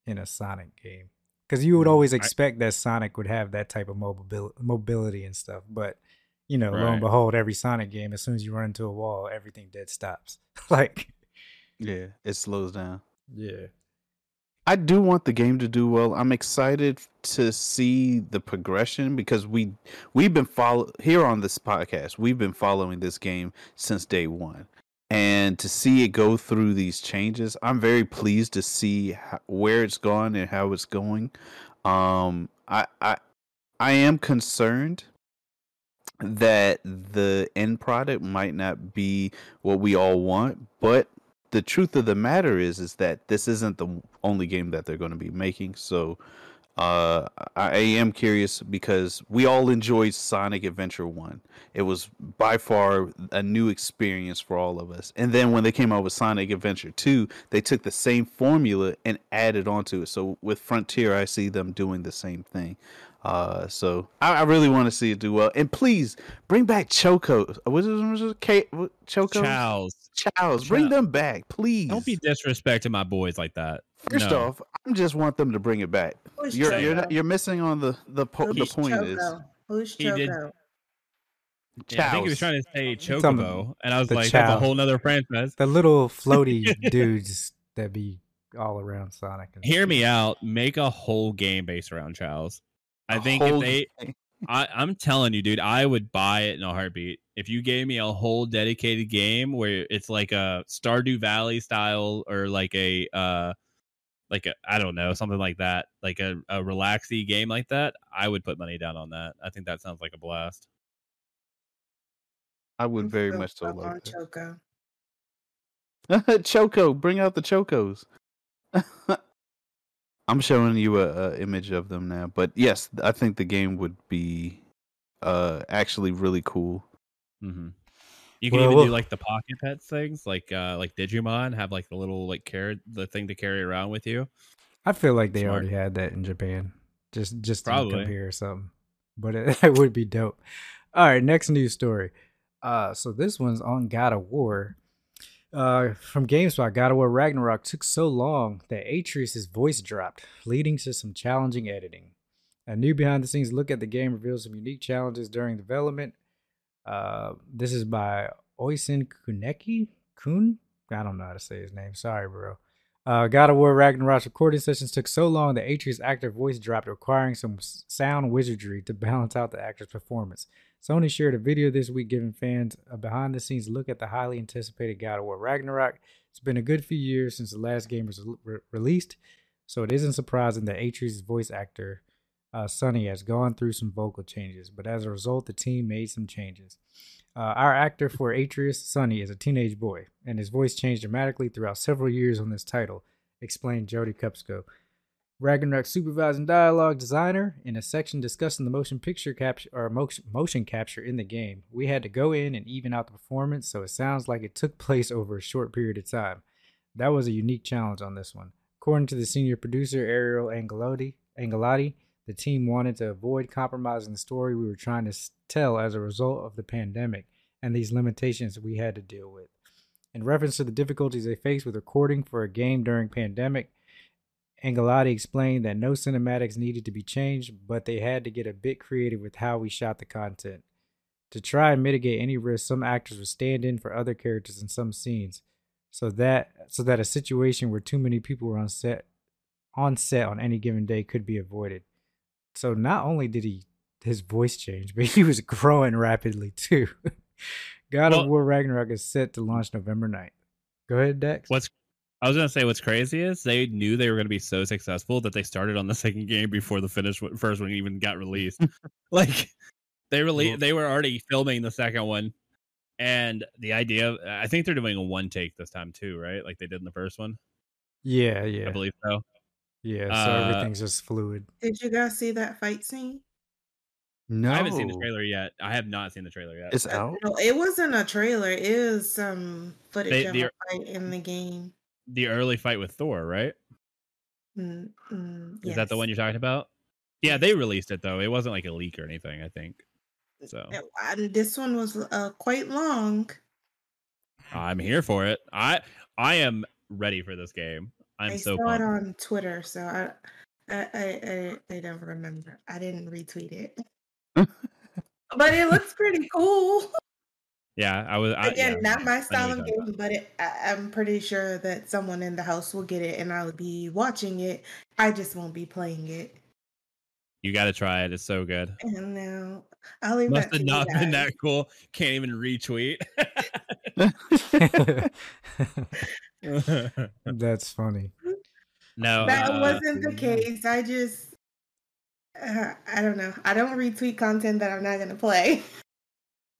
Speaker 1: in a Sonic game, because you would
Speaker 2: Mm,
Speaker 1: always
Speaker 2: I-
Speaker 1: expect that Sonic would have that type of mobili- mobility and stuff, but you know, lo and
Speaker 2: Right.
Speaker 1: behold, every Sonic game, as soon as you run into a wall, everything dead stops. like,
Speaker 3: Yeah, it slows down.
Speaker 1: yeah,
Speaker 3: I do want the game to do well. I'm excited to see the progression because we we've been follow here on this podcast. We've been following this game since day 1. And to see it go through these changes, I'm very pleased to see how, where it's gone and how it's going. Um I I I am concerned that the end product might not be what we all want, but the truth of the matter is is that this isn't the only game that they're going to be making. So uh, I I am curious because we all enjoyed Sonic Adventure One. It was by far a new experience for all of us. And then when they came out with Sonic Adventure Two, they took the same formula and added onto it. So with Frontier, I see them doing the same thing. Uh, so I, I really want to see it do well. And please bring back Choco. Was it, was it K, what- Choco?
Speaker 2: Chow's.
Speaker 3: Childs, bring
Speaker 2: Child.
Speaker 3: them back, please.
Speaker 2: Don't be disrespecting my boys like that.
Speaker 3: First
Speaker 2: no.
Speaker 3: off, I just want them to bring it back.
Speaker 4: Who's
Speaker 3: You're you're not,
Speaker 4: Choco?
Speaker 3: you're missing on the the, po- the
Speaker 4: Who's
Speaker 3: point is
Speaker 4: Choco? Who's
Speaker 2: He did-
Speaker 4: Choco?
Speaker 2: Yeah, I think he was
Speaker 3: Chow's.
Speaker 2: trying to say
Speaker 1: Talking about
Speaker 2: Chocobo, and I was
Speaker 1: the
Speaker 2: like, that's a
Speaker 1: chow.
Speaker 2: whole nother franchise.
Speaker 1: the little floaty dudes that be all around Sonic. and
Speaker 2: Hear
Speaker 1: stuff.
Speaker 2: me out. Make a whole game based around Chow's. I
Speaker 3: A
Speaker 2: think if
Speaker 3: whole
Speaker 2: they,
Speaker 3: game.
Speaker 2: I, I'm telling you, dude, I would buy it in a heartbeat. If you gave me a whole dedicated game where it's like a Stardew Valley style or like a, uh, like a, I don't know, something like that, like a, a relaxy game like that, I would put money down on that. I think that sounds like a blast.
Speaker 3: I would
Speaker 4: I'm
Speaker 3: very
Speaker 4: still
Speaker 3: much so
Speaker 4: stuck on
Speaker 3: love
Speaker 4: Choco.
Speaker 3: that. Choco, bring out the Chocos. I'm showing you a, a image of them now, but yes, I think the game would be uh actually really cool.
Speaker 2: hmm You can
Speaker 1: Well,
Speaker 2: even
Speaker 1: we'll-
Speaker 2: do like the pocket pets things, like uh, like Digimon, have like the little like carrot, the thing to carry around with you.
Speaker 1: I feel like they
Speaker 2: Smart.
Speaker 1: already had that in Japan. Just just to
Speaker 2: Probably.
Speaker 1: compare something. But it, it would be dope. All right, next news story. Uh so this one's on God of War. Uh from GameSpot, God of War Ragnarok took so long that Atreus' voice dropped, leading to some challenging editing. A new behind the scenes look at the game reveals some unique challenges during development. Uh this is by Oisin Kuneki? Kun? I don't know how to say his name. Sorry, bro. Uh, God of War Ragnarok's recording sessions took so long that Atreus' actor voice dropped, requiring some s- sound wizardry to balance out the actor's performance. Sony shared a video this week giving fans a behind the scenes look at the highly anticipated God of War Ragnarok. It's been a good few years since the last game was re- released, so it isn't surprising that Atreus' voice actor, uh, Sonny, has gone through some vocal changes, but as a result, the team made some changes. Uh, our actor for Atreus, Sonny, is a teenage boy, and his voice changed dramatically throughout several years on this title, explained Jody Kupsko. Ragnarok supervising dialogue designer in a section discussing the motion picture capture or motion, motion capture in the game. We had to go in and even out the performance, so it sounds like it took place over a short period of time. That was a unique challenge on this one. According to the senior producer Ariel Angelotti, Angelotti the team wanted to avoid compromising the story we were trying to s- tell as a result of the pandemic and these limitations we had to deal with. In reference to the difficulties they faced with recording for a game during pandemic, Angelotti explained that no cinematics needed to be changed, but they had to get a bit creative with how we shot the content. To try and mitigate any risk, some actors would stand in for other characters in some scenes, so that so that a situation where too many people were on set on set on any given day could be avoided. So not only did he his voice change, but he was growing rapidly too. God
Speaker 2: Well-
Speaker 1: of War Ragnarok is set to launch November 9th. Go ahead, Dex.
Speaker 2: What's I was gonna say what's crazy is they knew they were gonna be so successful that they started on the second game before the finish w- first one even got released. like they really
Speaker 1: Well-
Speaker 2: they were already filming the second one, and the idea of- I think they're doing a one take this time too, right? Like they did in the first one,
Speaker 1: Yeah,
Speaker 2: I
Speaker 1: yeah,
Speaker 2: believe so.
Speaker 1: yeah. So
Speaker 2: Uh,
Speaker 1: everything's just fluid.
Speaker 4: Did you guys see that fight scene?
Speaker 1: No,
Speaker 2: I haven't seen
Speaker 3: Oh.
Speaker 2: the trailer yet. I have not seen the trailer yet.
Speaker 3: It's out.
Speaker 4: Uh, No, it wasn't a trailer. It is some footage
Speaker 2: They-
Speaker 4: of
Speaker 2: the-
Speaker 4: a fight in the game.
Speaker 2: the early fight with Thor, right?
Speaker 4: Mm, mm,
Speaker 2: Is that the
Speaker 4: yes.
Speaker 2: one you're talking about? Yeah, they released it though. It wasn't like a leak or anything. I think. So
Speaker 4: It- I- this one was uh, quite long.
Speaker 2: I'm here for it. I I am ready for this game. I'm
Speaker 4: i
Speaker 2: so
Speaker 4: saw it
Speaker 2: pumped.
Speaker 4: on Twitter, so I, I, I, I, I don't remember. I didn't retweet it, but it looks pretty cool.
Speaker 2: Yeah, I was. I,
Speaker 4: Again,
Speaker 2: yeah.
Speaker 4: not my style
Speaker 2: you're
Speaker 4: of
Speaker 2: talking
Speaker 4: game, but it, I, I'm pretty sure that someone in the house will get it, and I'll be watching it. I just won't be playing it.
Speaker 2: You got to try it. It's so good.
Speaker 4: And now I'll leave
Speaker 2: Must
Speaker 4: that
Speaker 2: have
Speaker 4: to
Speaker 2: not
Speaker 4: you
Speaker 2: been
Speaker 4: guys.
Speaker 2: that cool. Can't even retweet.
Speaker 1: That's funny.
Speaker 2: no,
Speaker 4: That
Speaker 2: uh,
Speaker 4: wasn't the
Speaker 1: yeah.
Speaker 4: case. I just. Uh, I don't know. I don't retweet content that I'm not gonna play.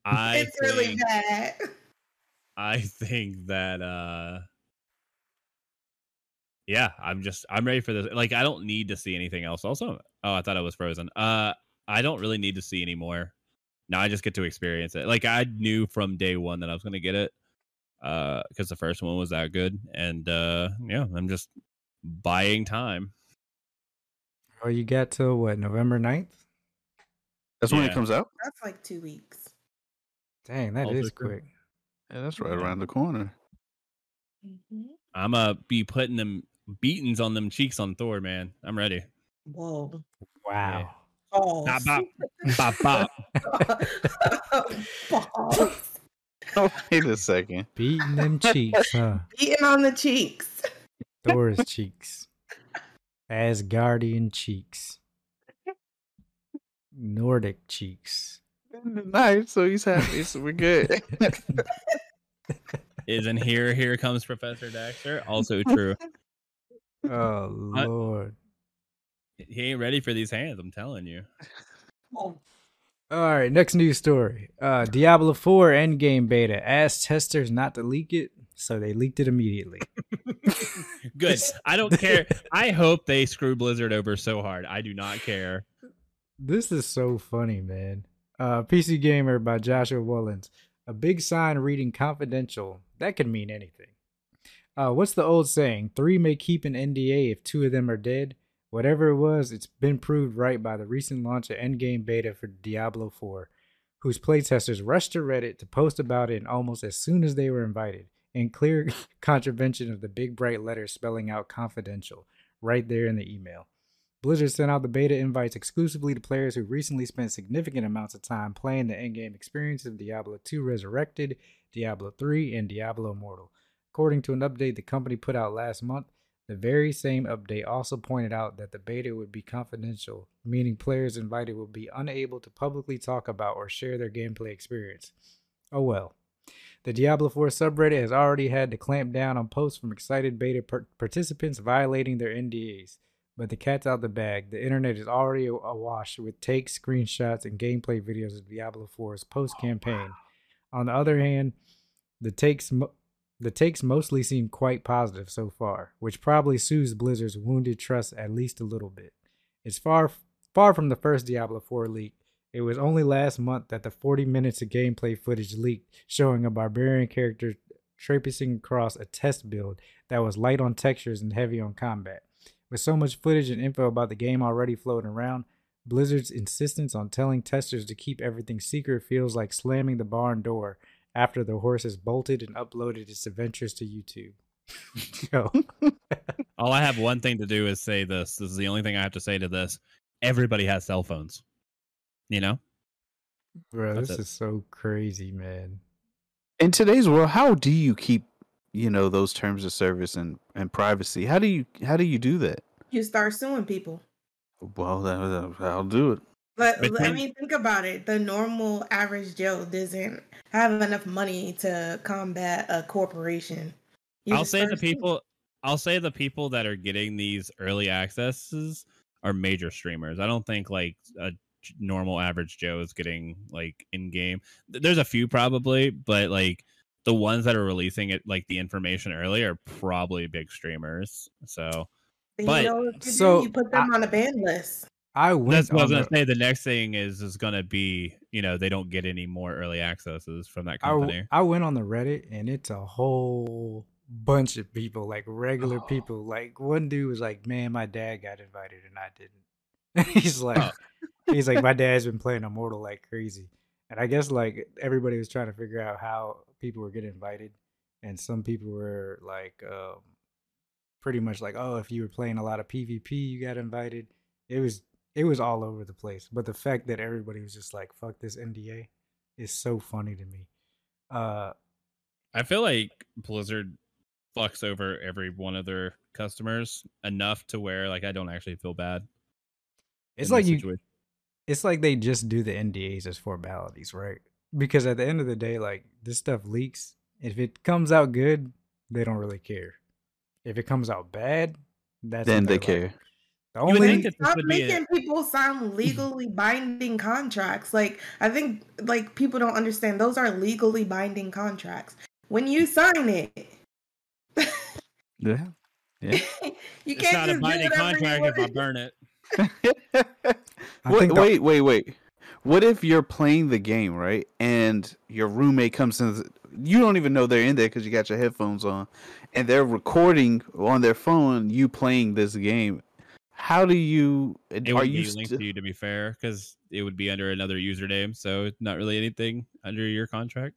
Speaker 2: I
Speaker 4: it's really
Speaker 2: think-
Speaker 4: bad.
Speaker 2: I think that uh yeah, I'm just I'm ready for this. Like I don't need to see anything else. Also, oh, I thought I was frozen. Uh I don't really need to see anymore. Now I just get to experience it. Like I knew from day 1 that I was going to get it. Uh cuz the first one was that good and uh yeah, I'm just buying time.
Speaker 1: Oh, you got till what, November 9th?
Speaker 3: That's when
Speaker 2: Yeah.
Speaker 3: it comes out.
Speaker 4: That's like two weeks.
Speaker 1: Dang, that
Speaker 2: Also
Speaker 1: is
Speaker 2: true.
Speaker 1: quick.
Speaker 3: Yeah, that's right around the corner.
Speaker 2: I'm going to be putting them beatings on them cheeks on Thor, man. I'm ready.
Speaker 4: Whoa.
Speaker 1: Wow.
Speaker 4: Balls.
Speaker 2: Bop bop bop bop.
Speaker 4: Balls.
Speaker 3: Oh, wait a second.
Speaker 1: Beating them cheeks, huh?
Speaker 4: Eating on the cheeks.
Speaker 1: Thor's cheeks. Asgardian cheeks. Nordic cheeks.
Speaker 3: Nice. So he's happy. So we're good.
Speaker 2: Isn't here here comes Professor Daxter? Also true.
Speaker 1: Oh, Lord.
Speaker 2: He ain't ready for these hands, I'm telling you.
Speaker 4: Oh,
Speaker 1: All right, next news story. Uh, Diablo 4 endgame beta. Asked testers not to leak it, so they leaked it immediately.
Speaker 2: Good. I don't care. I hope they screw Blizzard over so hard. I do not care.
Speaker 1: This is so funny, man. Uh, PC Gamer by Joshua Wallens. A big sign reading confidential. That could mean anything. Uh, what's the old saying? Three may keep an NDA if two of them are dead. Whatever it was, it's been proved right by the recent launch of Endgame Beta for Diablo 4, whose playtesters rushed to Reddit to post about it almost as soon as they were invited, in clear contravention of the big bright letters spelling out confidential right there in the email. Blizzard sent out the beta invites exclusively to players who recently spent significant amounts of time playing the endgame experience of Diablo 2 Resurrected, Diablo 3, and Diablo Immortal. According to an update the company put out last month, the very same update also pointed out that the beta would be confidential, meaning players invited will be unable to publicly talk about or share their gameplay experience. Oh well. The Diablo 4 subreddit has already had to clamp down on posts from excited beta par- participants violating their NDAs. But the cat's out the bag. The internet is already a- awash with takes, screenshots, and gameplay videos of Diablo 4's post campaign. On the other hand, the takes mo- the takes mostly seem quite positive so far, which probably soothes Blizzard's wounded trust at least a little bit. It's far far from the first Diablo 4 leak. It was only last month that the 40 minutes of gameplay footage leaked showing a barbarian character traipsing across a test build that was light on textures and heavy on combat. With so much footage and info about the game already floating around, Blizzard's insistence on telling testers to keep everything secret feels like slamming the barn door after the horse has bolted and uploaded its adventures to YouTube. Yo.
Speaker 2: All I have one thing to do is say this. This is the only thing I have to say to this. Everybody has cell phones. You know?
Speaker 1: Bro,
Speaker 2: That's
Speaker 1: this
Speaker 2: it.
Speaker 1: is so crazy, man.
Speaker 3: in today's world how do you keep you know those terms of service and and privacy how do you how do you do that
Speaker 4: You start suing people.
Speaker 3: well that- that- i'll do it
Speaker 4: But
Speaker 2: But
Speaker 4: I
Speaker 2: then-
Speaker 4: mean, think about it. The normal average Joe doesn't have enough money to combat a corporation. You
Speaker 2: I'll
Speaker 4: just
Speaker 2: say the
Speaker 4: start suing.
Speaker 2: people I'll say the people that are getting these early accesses are major streamers. I don't think like a j- normal average Joe is getting like in game. Th- There's a few probably, but like the ones that are releasing it like the information early are probably big streamers. So
Speaker 4: Then
Speaker 2: but-
Speaker 4: you know what you
Speaker 1: so,
Speaker 4: do, you put them
Speaker 1: I-
Speaker 4: on a ban list.
Speaker 1: I went
Speaker 2: that's what I was
Speaker 1: on
Speaker 2: gonna
Speaker 1: the-
Speaker 2: say. The next thing is is gonna be you know they don't get any more early accesses from that
Speaker 1: I,
Speaker 2: company.
Speaker 1: w- I went on the Reddit and it's a whole bunch of people, like regular
Speaker 2: Oh.
Speaker 1: people. Like one dude was like, "Man, my dad got invited and I didn't." he's like,
Speaker 2: Oh.
Speaker 1: he's like, "My dad's been playing Immortal like crazy," and I guess like everybody was trying to figure out how people were getting invited, and some people were like, um, pretty much like, "Oh, if you were playing a lot of PvP, you got invited." It was it was all over the place, but the fact that everybody was just like, "Fuck this NDA." is so funny to me. Uh,
Speaker 2: I feel like Blizzard fucks over every one of their customers enough to where like I don't actually feel bad.
Speaker 1: it's
Speaker 2: in
Speaker 1: like
Speaker 2: this
Speaker 1: you,
Speaker 2: situation.
Speaker 1: it's like they just do the NDAs as formalities, right? Because at the end of the day, like this stuff leaks. If it comes out good, they don't really care. If it comes out bad, that's when
Speaker 3: then they
Speaker 1: they're like-
Speaker 3: care
Speaker 1: The
Speaker 2: would
Speaker 1: only
Speaker 2: think that this
Speaker 4: Stop
Speaker 2: would be a-
Speaker 4: making people sign legally binding contracts. Like I think like people don't understand those are legally binding contracts. When you sign it,
Speaker 3: yeah
Speaker 4: you
Speaker 2: It's
Speaker 4: can't
Speaker 2: not a
Speaker 4: just
Speaker 2: binding
Speaker 4: do whatever you
Speaker 2: contract if I
Speaker 4: want.
Speaker 2: burn it.
Speaker 1: I
Speaker 3: Wait,
Speaker 1: think the-
Speaker 3: wait, wait, wait. What if you're playing the game, right? And your roommate comes in. You don't even know they're in there because you got your headphones on, and they're recording on their phone you playing this game. How do you?
Speaker 2: It
Speaker 3: are
Speaker 2: would
Speaker 3: you?
Speaker 2: be linked
Speaker 3: st-
Speaker 2: to you to be fair, because it would be under another username, so it's not really anything under your contract.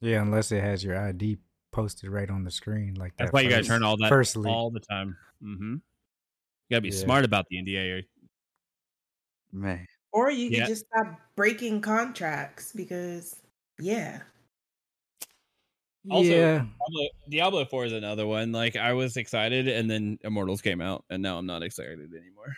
Speaker 1: yeah, unless it has your ID posted right on the screen, like
Speaker 2: That's
Speaker 1: that
Speaker 2: why you gotta
Speaker 1: first-
Speaker 2: turn all that
Speaker 1: first leak.
Speaker 2: all the time. Mm-hmm. You gotta be
Speaker 1: Yeah.
Speaker 2: smart about the NDA.
Speaker 3: Man,
Speaker 4: Or you
Speaker 2: Yeah.
Speaker 4: can just stop breaking contracts because yeah.
Speaker 2: Also-
Speaker 1: yeah,
Speaker 2: Diablo, Diablo Four is another one. Like I was excited, and then Immortals came out, and now I'm not excited anymore.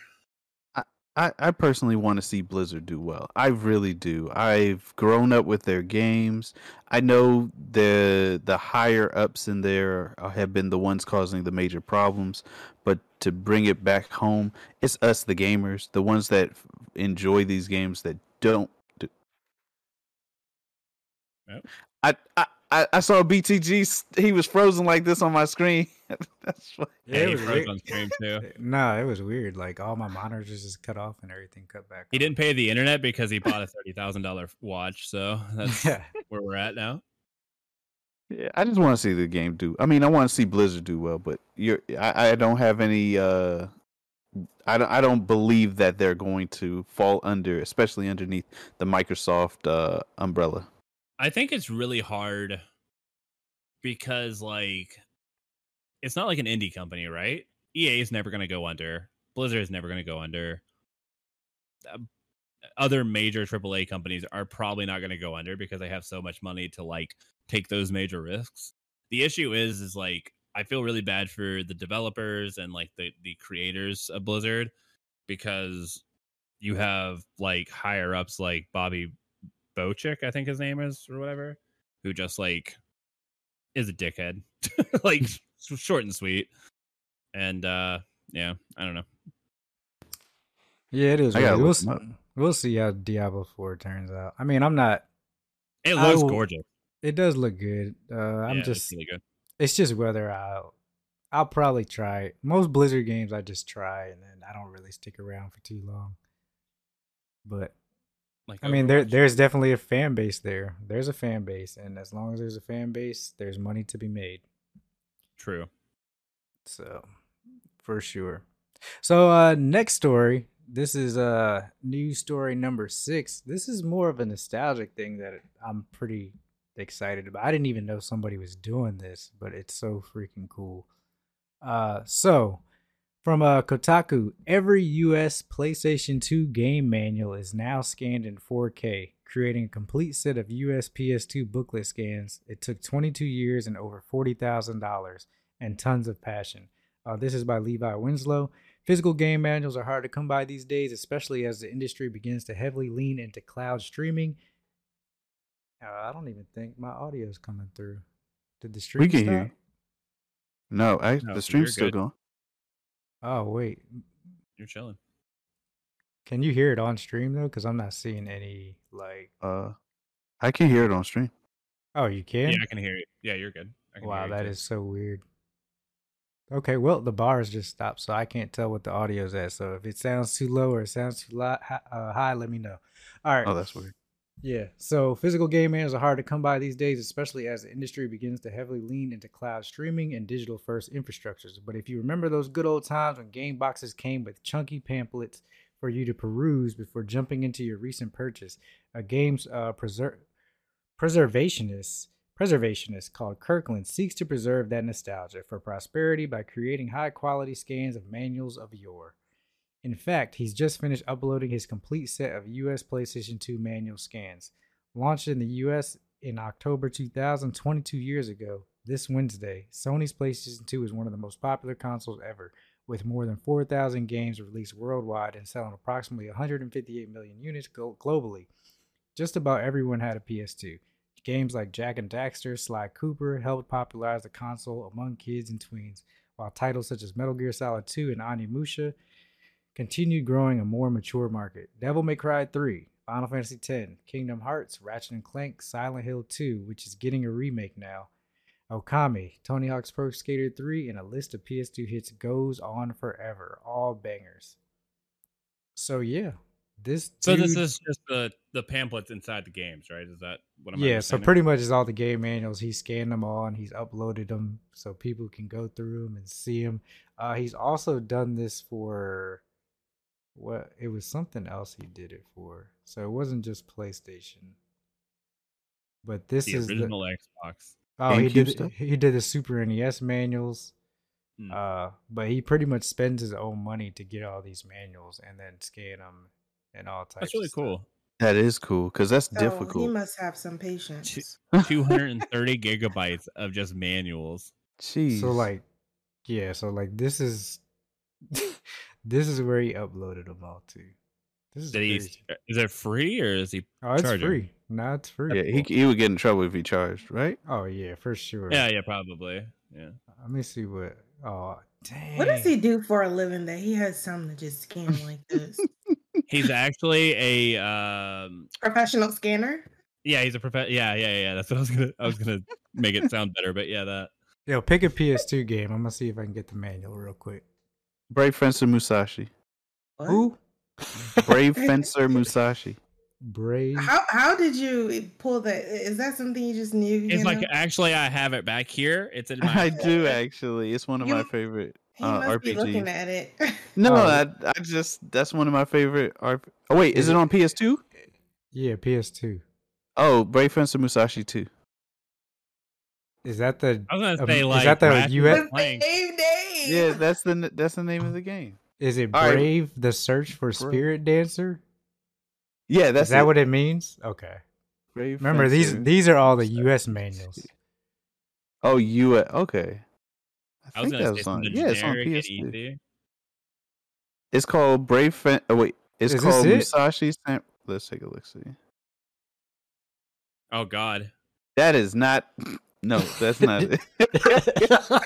Speaker 3: I, I personally want to see Blizzard do well. I really do. I've grown up with their games. I know the the higher ups in there uh, have been the ones causing the major problems, but to bring it back home, it's us the gamers, the ones that f- enjoy these games that don't. Do...
Speaker 2: Yep.
Speaker 3: I, I I I saw BTG. 's- He was frozen like this on my screen. That's why.
Speaker 1: yeah,
Speaker 2: he
Speaker 1: it was
Speaker 2: froze
Speaker 1: weird. Uh,
Speaker 2: on stream too.
Speaker 1: Nah, it was weird. Like all my monitors just cut off and everything cut back.
Speaker 2: He
Speaker 1: on.
Speaker 2: didn't pay the internet because he bought a thirty thousand dollar watch. So that's
Speaker 1: Yeah.
Speaker 2: where we're at now.
Speaker 3: Yeah, I just want to see the game do. I mean, I want to see Blizzard do well, but you're I, I don't have any uh I don't I don't believe that they're going to fall under, especially underneath the Microsoft uh umbrella.
Speaker 2: I think it's really hard because like it's not like an indie company, right? EA is never going to go under. Blizzard is never going to go under. Um, Other major AAA companies are probably not going to go under because they have so much money to like take those major risks. The issue is is like I feel really bad for the developers and like the the creators of Blizzard because you have like higher ups like Bobby Bochick, I think his name is, or whatever, who just like is a dickhead. like s- short and sweet. And uh yeah, I don't know.
Speaker 1: Yeah, it is.
Speaker 3: I gotta
Speaker 1: weird. We'll,
Speaker 3: look 'em
Speaker 1: s- we'll see how Diablo 4 turns out. I mean, I'm not.
Speaker 2: It
Speaker 1: I
Speaker 2: looks
Speaker 1: will-
Speaker 2: gorgeous.
Speaker 1: It does look good. Uh, I'm
Speaker 2: Yeah, it looks
Speaker 1: just.
Speaker 2: really good.
Speaker 1: It's just whether I'll. I'll probably try it. Most Blizzard games I just try and then I don't really stick around for too long. But
Speaker 2: Like
Speaker 1: I mean, there
Speaker 2: Overwatch.
Speaker 1: there's definitely a fan base there. There's a fan base, and as long as there's a fan base, there's money to be made.
Speaker 2: true.
Speaker 1: So, for sure. So, uh, next story. This is uh, news story number six. This is more of a nostalgic thing that I'm pretty excited about. I didn't even know somebody was doing this, but it's so freaking cool. Uh, so, from uh, Kotaku, every US PlayStation 2 game manual is now scanned in 4K, creating a complete set of US PS2 booklet scans. It took 22 years and over $40,000 and tons of passion. Uh, this is by Levi Winslow. Physical game manuals are hard to come by these days, especially as the industry begins to heavily lean into cloud streaming. Uh, I don't even think my audio is coming through. Did the stream
Speaker 3: We can
Speaker 1: stop?
Speaker 3: hear. No, I,
Speaker 2: No,
Speaker 3: the stream's
Speaker 2: you're
Speaker 3: still
Speaker 2: good.
Speaker 3: going.
Speaker 1: Oh wait,
Speaker 2: You're chilling.
Speaker 1: can you hear it on stream though? Because I'm not seeing any like.
Speaker 3: Uh, I can hear it on stream.
Speaker 1: Oh, you
Speaker 2: Yeah,
Speaker 1: can.
Speaker 2: I can hear you. Yeah, you're good. I can
Speaker 1: wow,
Speaker 2: hear you
Speaker 1: that
Speaker 2: too.
Speaker 1: is so weird. Okay, well the bars just stopped, so I can't tell what the audio's at. So if it sounds too low or it sounds too li- hi- uh, high, let me know. All right.
Speaker 3: Oh, that's weird.
Speaker 1: Yeah. So physical game manuals are hard to come by these days, especially as the industry begins to heavily lean into cloud streaming and digital first infrastructures. But if you remember those good old times when game boxes came with chunky pamphlets for you to peruse before jumping into your recent purchase, a game's uh, preser- preservationist preservationist called Kirkland seeks to preserve that nostalgia for prosperity by creating high quality scans of manuals of yore. In fact, he's just finished uploading his complete set of US PlayStation 2 manual scans. Launched in the US in October 2000, 22 years ago, this Wednesday, Sony's PlayStation 2 is one of the most popular consoles ever, with more than 4,000 games released worldwide and selling approximately 158 million units glo- globally. Just about everyone had a PS2. Games like Jack and Daxter, Sly Cooper helped popularize the console among kids and tweens, while titles such as Metal Gear Solid 2 and Animusha continued growing a more mature market. Devil May Cry 3, Final Fantasy X, Kingdom Hearts, Ratchet and Clank, Silent Hill 2, which is getting a remake now, Okami, Tony Hawk's Pro Skater 3, and a list of PS2 hits goes on forever. All bangers. So yeah, this
Speaker 2: So this
Speaker 1: dude-
Speaker 2: is just the the pamphlets inside the games, right? Is that what I'm
Speaker 1: yeah. So
Speaker 2: understanding?
Speaker 1: pretty much it's all the game manuals. He scanned them all and he's uploaded them so people can go through them and see them. Uh, he's also done this for what it was something else he did it for. So it wasn't just PlayStation. But this
Speaker 2: the
Speaker 1: is the,
Speaker 2: original Xbox.
Speaker 1: oh he
Speaker 3: GameCube
Speaker 1: did
Speaker 3: stuff?
Speaker 1: he did the Super NES manuals.
Speaker 2: Mm.
Speaker 1: Uh, but he pretty much spends his own money to get all these manuals and then scan them and all types.
Speaker 2: That's
Speaker 1: of
Speaker 2: really
Speaker 1: stuff.
Speaker 2: cool.
Speaker 3: That is cool because that's
Speaker 4: So he
Speaker 3: difficult.
Speaker 4: must have some patience.
Speaker 2: 230 gigabytes of just manuals.
Speaker 3: Jeez.
Speaker 1: So like, yeah. So like, this is this is where he uploaded them all to. This is
Speaker 2: Did he,
Speaker 1: crazy.
Speaker 2: is it free or is he?
Speaker 1: Oh, it's
Speaker 2: charge 'em?
Speaker 1: free. No, it's free.
Speaker 3: yeah, he he would get in trouble if he charged, right?
Speaker 1: oh yeah, for sure.
Speaker 2: Yeah, yeah, probably. Yeah.
Speaker 1: Let me see what. Oh dang.
Speaker 4: What does he do for a living that he has some to just scan like this?
Speaker 2: He's actually a um
Speaker 4: Professional scanner?
Speaker 2: yeah, he's a prof. Yeah, yeah, yeah. That's what I was gonna I was gonna make it sound better, but yeah, that
Speaker 1: Yo, pick a PS2 game. I'm gonna see if I can get the manual real quick.
Speaker 3: Brave Fencer Musashi.
Speaker 4: What?
Speaker 1: Who?
Speaker 3: Brave Fencer Musashi.
Speaker 1: Brave.
Speaker 4: How how did you pull that? Is that something you just knew? you
Speaker 2: it's like
Speaker 4: know?
Speaker 2: actually I have it back here. It's in my
Speaker 3: I do actually. It's one of
Speaker 4: You-
Speaker 3: my favorite.
Speaker 4: he
Speaker 3: uh,
Speaker 4: must be looking
Speaker 3: RPG.
Speaker 4: at it.
Speaker 3: No,
Speaker 1: Oh.
Speaker 3: I I just that's one of my favorite. RP- oh wait, is it on PS2?
Speaker 1: Yeah, PS2.
Speaker 3: Oh, Brave Fencer Musashi 2.
Speaker 1: Is that the?
Speaker 2: I was gonna
Speaker 1: Um,
Speaker 2: say
Speaker 1: is
Speaker 2: like
Speaker 1: that the
Speaker 2: Ratchet
Speaker 1: US
Speaker 2: and Clank.
Speaker 4: same day.
Speaker 3: Yeah, that's the n- that's the name of the game.
Speaker 1: Is it
Speaker 3: All right.
Speaker 1: Brave? The search for Spirit Dancer.
Speaker 3: Yeah, that's
Speaker 1: is that
Speaker 3: it.
Speaker 1: what it means? Okay.
Speaker 3: Brave
Speaker 1: Remember these?
Speaker 3: Fencer.
Speaker 1: These are all the
Speaker 3: Sorry.
Speaker 1: U.S. manuals.
Speaker 3: Oh, you uh, okay? I,
Speaker 2: I was
Speaker 3: think
Speaker 2: gonna
Speaker 3: that
Speaker 2: say
Speaker 3: was on.
Speaker 2: something
Speaker 3: Yeah, it's on
Speaker 2: generic and
Speaker 3: PS2.
Speaker 2: easy.
Speaker 3: It's called Brave Fen. Oh wait, it's
Speaker 1: Is this
Speaker 3: called
Speaker 1: it?
Speaker 3: Musashi. Sam- Let's take a look. See,
Speaker 2: Oh god.
Speaker 3: that is not. No, that's not it.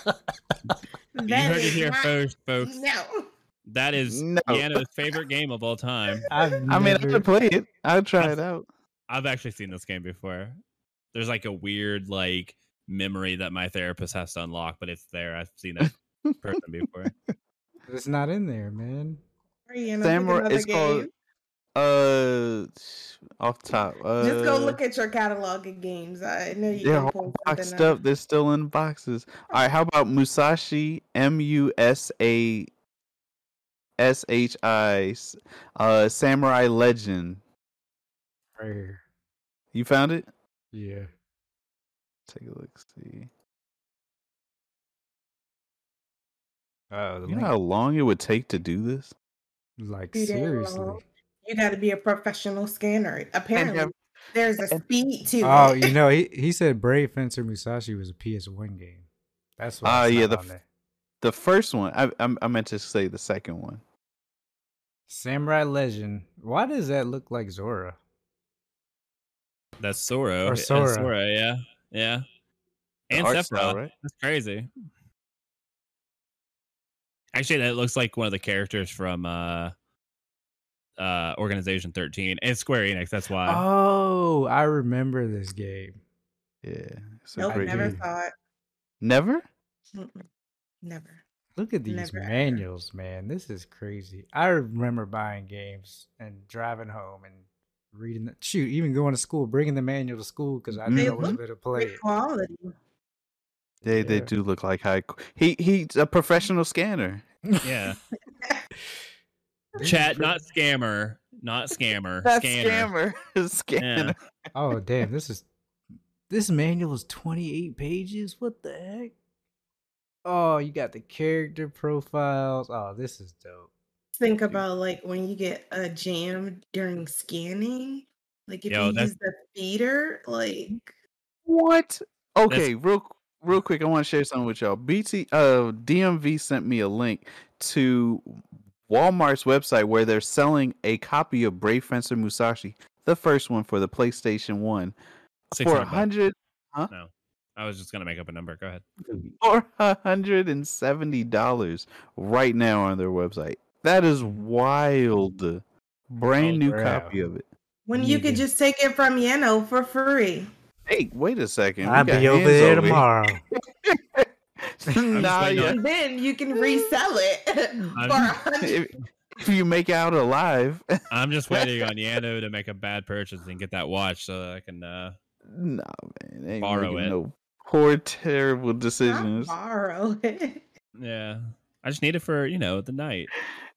Speaker 2: You
Speaker 4: That
Speaker 2: heard it
Speaker 4: is
Speaker 2: here
Speaker 4: not-
Speaker 2: first, folks.
Speaker 4: No.
Speaker 2: That is
Speaker 3: No.
Speaker 2: Yano's favorite game of all time.
Speaker 1: I've
Speaker 3: I mean, I
Speaker 1: never-
Speaker 3: would play it. I'll try it out.
Speaker 2: I've actually seen this game before. There's like a weird like memory that my therapist has to unlock, but it's there. I've seen that person before.
Speaker 1: it's not in there, man.
Speaker 4: Hurry and I'll pick
Speaker 3: Samurai.
Speaker 4: another
Speaker 3: It's called.
Speaker 4: game.
Speaker 3: Uh, off top. Uh,
Speaker 4: Just go look at your catalog of games. I know you
Speaker 3: They're
Speaker 4: can
Speaker 3: all
Speaker 4: pull
Speaker 3: boxed
Speaker 4: something
Speaker 3: up. They're still in boxes. All right. How about Musashi? M U S A S H I. Uh, Samurai Legend.
Speaker 1: Right here.
Speaker 3: You found it?
Speaker 1: Yeah.
Speaker 3: Take a look. See.
Speaker 1: Uh, the
Speaker 3: You know
Speaker 1: link-
Speaker 3: how long it would take to do this?
Speaker 1: like
Speaker 4: Be there
Speaker 1: seriously.
Speaker 4: long. You got to be a professional scanner. Apparently, there's a
Speaker 3: and-
Speaker 4: speed to
Speaker 1: Oh,
Speaker 4: it.
Speaker 1: you know, he, he said Brave Fencer Musashi was a PS1 game. That's why.
Speaker 3: Ah,
Speaker 1: it's
Speaker 3: yeah,
Speaker 1: not
Speaker 3: the
Speaker 1: on
Speaker 3: f-
Speaker 1: there.
Speaker 3: The first one. I, I I meant to say the second one.
Speaker 1: Samurai Legend. Why does that look like Zora?
Speaker 2: That's Sora.
Speaker 1: Or
Speaker 2: Uh,
Speaker 1: Sora.
Speaker 2: Sora, yeah. Yeah.
Speaker 3: The
Speaker 2: And
Speaker 3: art
Speaker 2: Sephiroth.
Speaker 3: style, right?
Speaker 2: That's crazy. Actually, that looks like one of the characters from uh uh Organization 13 and Square Enix. That's why.
Speaker 1: Oh, I remember this game.
Speaker 3: Yeah. It's a
Speaker 4: nope,
Speaker 3: great
Speaker 4: never
Speaker 3: game.
Speaker 4: saw it.
Speaker 3: Never?
Speaker 4: Mm-mm. Never.
Speaker 1: Look at these
Speaker 4: Never ever.
Speaker 1: manuals, man. This is crazy. I remember buying games and driving home and reading. The, shoot, even going to school, bringing the manual to school because I
Speaker 4: They
Speaker 1: knew I wasn't
Speaker 4: look
Speaker 1: going to play
Speaker 4: Great
Speaker 1: it.
Speaker 4: quality.
Speaker 3: They they
Speaker 1: Yeah.
Speaker 3: do look like high. qu- He he's a professional scanner.
Speaker 2: Yeah.
Speaker 1: This is
Speaker 2: Chat,
Speaker 1: pretty-
Speaker 2: not scammer. Not scammer.
Speaker 3: Not
Speaker 2: scanner.
Speaker 3: scammer. scanner.
Speaker 1: Oh damn! This is this manual is twenty eight pages. What the heck? Oh, you got the character profiles. Oh, this is dope.
Speaker 4: Think about like when you get a jam during scanning. Like if
Speaker 2: Yo,
Speaker 4: you
Speaker 2: that's-
Speaker 4: use the feeder, like
Speaker 3: What? Okay, real real quick, I want to share something with y'all. BT uh DMV sent me a link to Walmart's website where they're selling a copy of Brave Fencer Musashi, the first one for the PlayStation 1 for
Speaker 2: 600 bucks.
Speaker 3: 100
Speaker 2: I was just gonna make up a number. Go ahead.
Speaker 3: for $170 right now on their website. That is wild. Brand
Speaker 2: Oh,
Speaker 3: new
Speaker 1: crap.
Speaker 3: copy of it.
Speaker 4: when you could
Speaker 1: Yeah.
Speaker 4: just take it from Yano for free.
Speaker 3: Hey, wait a second. we
Speaker 1: I'll
Speaker 3: got
Speaker 1: be over
Speaker 3: hands
Speaker 1: there
Speaker 3: here.
Speaker 1: tomorrow.
Speaker 3: nah,
Speaker 2: waiting
Speaker 3: yeah.
Speaker 2: on-
Speaker 4: And then you can resell it for a
Speaker 2: I'm-
Speaker 4: hundred.
Speaker 3: If, if you make out alive,
Speaker 2: I'm just waiting on Yano to make a bad purchase and get that watch so that I can uh
Speaker 3: Nah, man. Ain't
Speaker 2: Borrow
Speaker 3: making
Speaker 2: it.
Speaker 3: No poor, terrible
Speaker 4: I'll
Speaker 3: decisions.
Speaker 4: borrow it.
Speaker 2: yeah. I just need it for, you know, the night.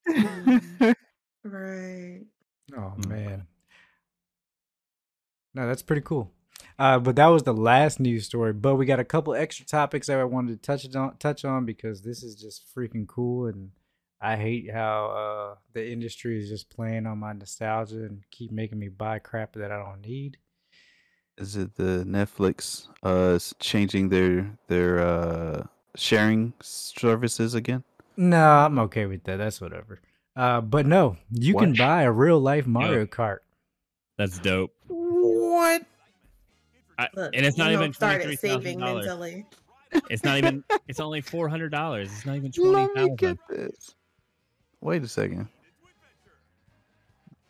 Speaker 4: Mm. Right.
Speaker 1: Oh
Speaker 2: Mm.
Speaker 1: man. No, that's pretty cool. Uh, but that was the last news story. But we got a couple extra topics that I wanted to touch on, touch on because this is just freaking cool, and I hate how uh, the industry is just playing on my nostalgia and keep making me buy crap that I don't need.
Speaker 3: Is it the Netflix uh s- changing their their uh sharing services again?
Speaker 1: No, I'm okay with that. That's whatever. Uh, but no, you can
Speaker 3: What?
Speaker 1: buy a real life Mario Kart.
Speaker 2: That's dope.
Speaker 3: What?
Speaker 2: I,
Speaker 4: Look,
Speaker 2: and it's not
Speaker 4: you
Speaker 2: even
Speaker 4: don't start at saving
Speaker 2: $23,000.
Speaker 4: mentally.
Speaker 2: It's not even. It's only four hundred dollars. It's not even twenty
Speaker 3: Let me get
Speaker 2: thousand.
Speaker 3: this. Wait a second.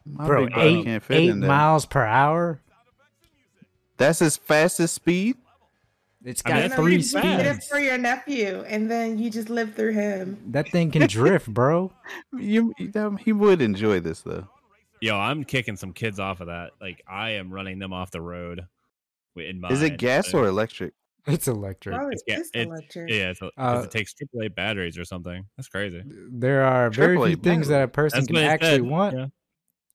Speaker 3: My
Speaker 1: Bro,
Speaker 3: big brother
Speaker 1: eight, eight
Speaker 3: there.
Speaker 1: miles per hour.
Speaker 3: That's his fastest speed.
Speaker 1: It's
Speaker 2: I mean,
Speaker 1: got
Speaker 2: that's
Speaker 1: three
Speaker 4: you
Speaker 2: pretty fast.
Speaker 4: get it
Speaker 1: speeds.
Speaker 4: for your nephew, and then you just live through him.
Speaker 1: That thing can drift, bro.
Speaker 3: You, you- he would enjoy this though.
Speaker 2: Yo, I'm kicking some kids off of that. Like I am running them off the road. wi- In
Speaker 3: Is
Speaker 2: mine.
Speaker 3: it gas
Speaker 2: So-
Speaker 3: or electric?
Speaker 1: It's electric.
Speaker 4: Probably
Speaker 2: It's ga-
Speaker 4: just
Speaker 2: it's-
Speaker 4: electric.
Speaker 2: Yeah, it's, 'cause
Speaker 1: Uh,
Speaker 2: it takes AAA batteries or something. That's crazy.
Speaker 1: There are very
Speaker 3: Triple
Speaker 1: few
Speaker 3: A
Speaker 1: things that a
Speaker 3: battery.
Speaker 1: person
Speaker 2: That's
Speaker 1: can
Speaker 2: what it
Speaker 1: actually
Speaker 2: said.
Speaker 1: want
Speaker 2: Yeah.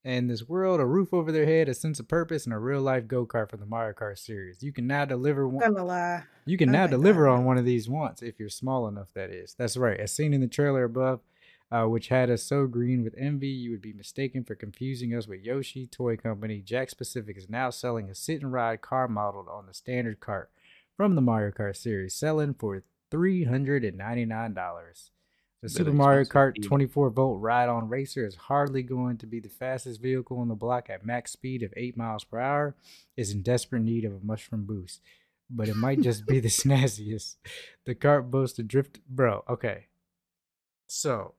Speaker 1: in this world: a roof over their head, a sense of purpose, and a real-life go-kart for the Mario Kart series. You can now deliver
Speaker 4: I'm
Speaker 1: one.
Speaker 4: gonna lie.
Speaker 1: You can
Speaker 4: Oh
Speaker 1: now
Speaker 4: my
Speaker 1: deliver
Speaker 4: God.
Speaker 1: on one of these wants if you're small enough. That is. That's right. As seen in the trailer above, uh, which had us so green with envy, you would be mistaken for confusing us with Yoshi Toy Company. Jack Pacific is now selling a sit-and-ride car modeled on the standard cart from the Mario Kart series, selling for three hundred and ninety-nine dollars. The
Speaker 3: Bit
Speaker 1: Super Mario
Speaker 3: expensive,
Speaker 1: Kart
Speaker 3: indeed.
Speaker 1: 24 volt ride on racer is hardly going to be the fastest vehicle on the block at max speed of 8 miles per hour. Is in desperate need of a mushroom boost, but it might just be the snazziest. The cart boasts a drift. Bro, okay. So,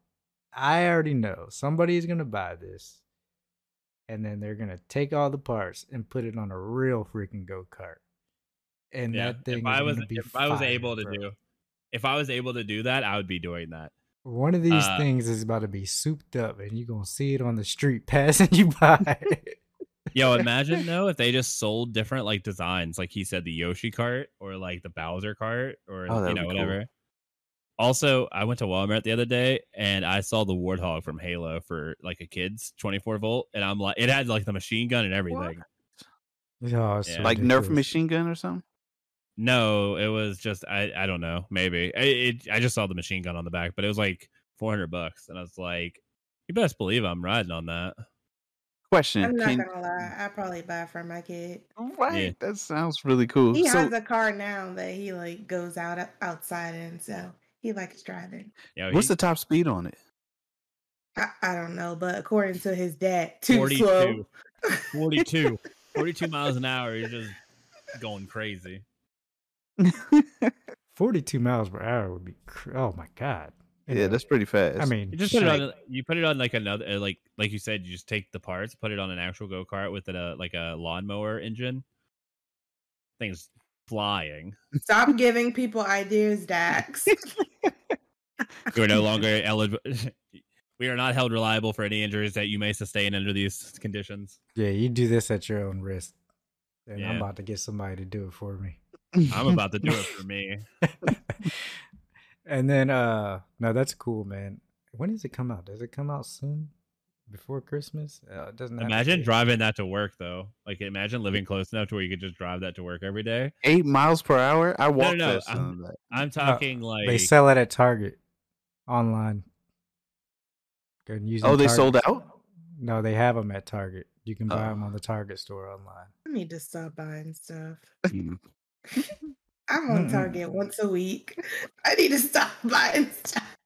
Speaker 1: I already know somebody's going to buy this, and then they're going to take all the parts and put it on a real freaking go kart. And
Speaker 2: Yeah.
Speaker 1: that thing
Speaker 2: If I
Speaker 1: is
Speaker 2: was
Speaker 1: gonna be
Speaker 2: if I was
Speaker 1: fire,
Speaker 2: able to
Speaker 1: bro.
Speaker 2: do, if I was able to do that, I would be doing that.
Speaker 1: One of these
Speaker 2: Uh,
Speaker 1: things is about to be souped up, and you're gonna see it on the street passing you by.
Speaker 2: Yo, imagine though if they just sold different like designs, like he said, the Yoshi cart or like the Bowser cart or
Speaker 3: Oh,
Speaker 2: you
Speaker 3: that'd
Speaker 2: know
Speaker 3: be cool.
Speaker 2: whatever. Also, I went to Walmart the other day and I saw the Warthog from Halo for like a kid's 24 volt, and I'm like, it had like the machine gun and everything.
Speaker 1: oh, it's
Speaker 2: Yeah.
Speaker 1: so
Speaker 3: Like Nerf
Speaker 1: ridiculous.
Speaker 3: machine gun or something?
Speaker 2: No, it was just I I don't know. Maybe I it, I just saw the machine gun on the back, but it was like four hundred bucks, and I was like, you best believe I'm riding on that.
Speaker 3: Question.
Speaker 4: I'm not
Speaker 3: Can,
Speaker 4: gonna lie, I probably buy it for my kid.
Speaker 3: right.
Speaker 2: Yeah.
Speaker 3: That sounds really cool.
Speaker 4: He
Speaker 3: So,
Speaker 4: has a car now that he like goes out uh, outside in, so he likes driving.
Speaker 1: Oh,
Speaker 2: Yeah,
Speaker 3: what's the top speed on it?
Speaker 4: I, I don't know, but according to his dad, too slow.
Speaker 2: 42, 42, 42 miles an hour. He's just going crazy.
Speaker 1: 42 miles per hour would be. Cr- oh my god.
Speaker 3: Yeah, that's pretty fast.
Speaker 1: I mean,
Speaker 2: You just put it
Speaker 1: shit.
Speaker 2: on. You put it on like another, uh, like like you said, you just take the parts, put it on an actual go kart with a like a lawnmower engine. Things flying.
Speaker 4: Stop giving people ideas, Dax.
Speaker 2: We are no longer eligible. we are not held reliable for any injuries that you may sustain under these conditions.
Speaker 1: Yeah, you do this at your own risk. And I'm
Speaker 2: Yeah.
Speaker 1: about to get somebody to do it for me.
Speaker 2: I'm about to do it for me.
Speaker 1: and then uh no, that's cool, man. When does it come out? Does it come out soon? Before Christmas? Uh, it doesn't have to
Speaker 2: Imagine
Speaker 1: be-
Speaker 2: driving that to work though. Like imagine living close enough to where you could just drive that to work every day.
Speaker 3: eight miles per hour. I walked
Speaker 2: no,
Speaker 3: faster
Speaker 2: I'm-
Speaker 3: than that.
Speaker 2: I'm talking like
Speaker 1: Uh, They sell it at Target online. Go and use
Speaker 3: Oh,
Speaker 1: them
Speaker 3: they
Speaker 1: Target.
Speaker 3: sold out?
Speaker 1: No, they have them at Target. You can buy
Speaker 3: Oh.
Speaker 1: them on the Target store online.
Speaker 4: I need to stop buying stuff.
Speaker 3: Mm.
Speaker 4: I'm on
Speaker 1: Mm-mm.
Speaker 4: Target once a week. I need to stop buying stuff.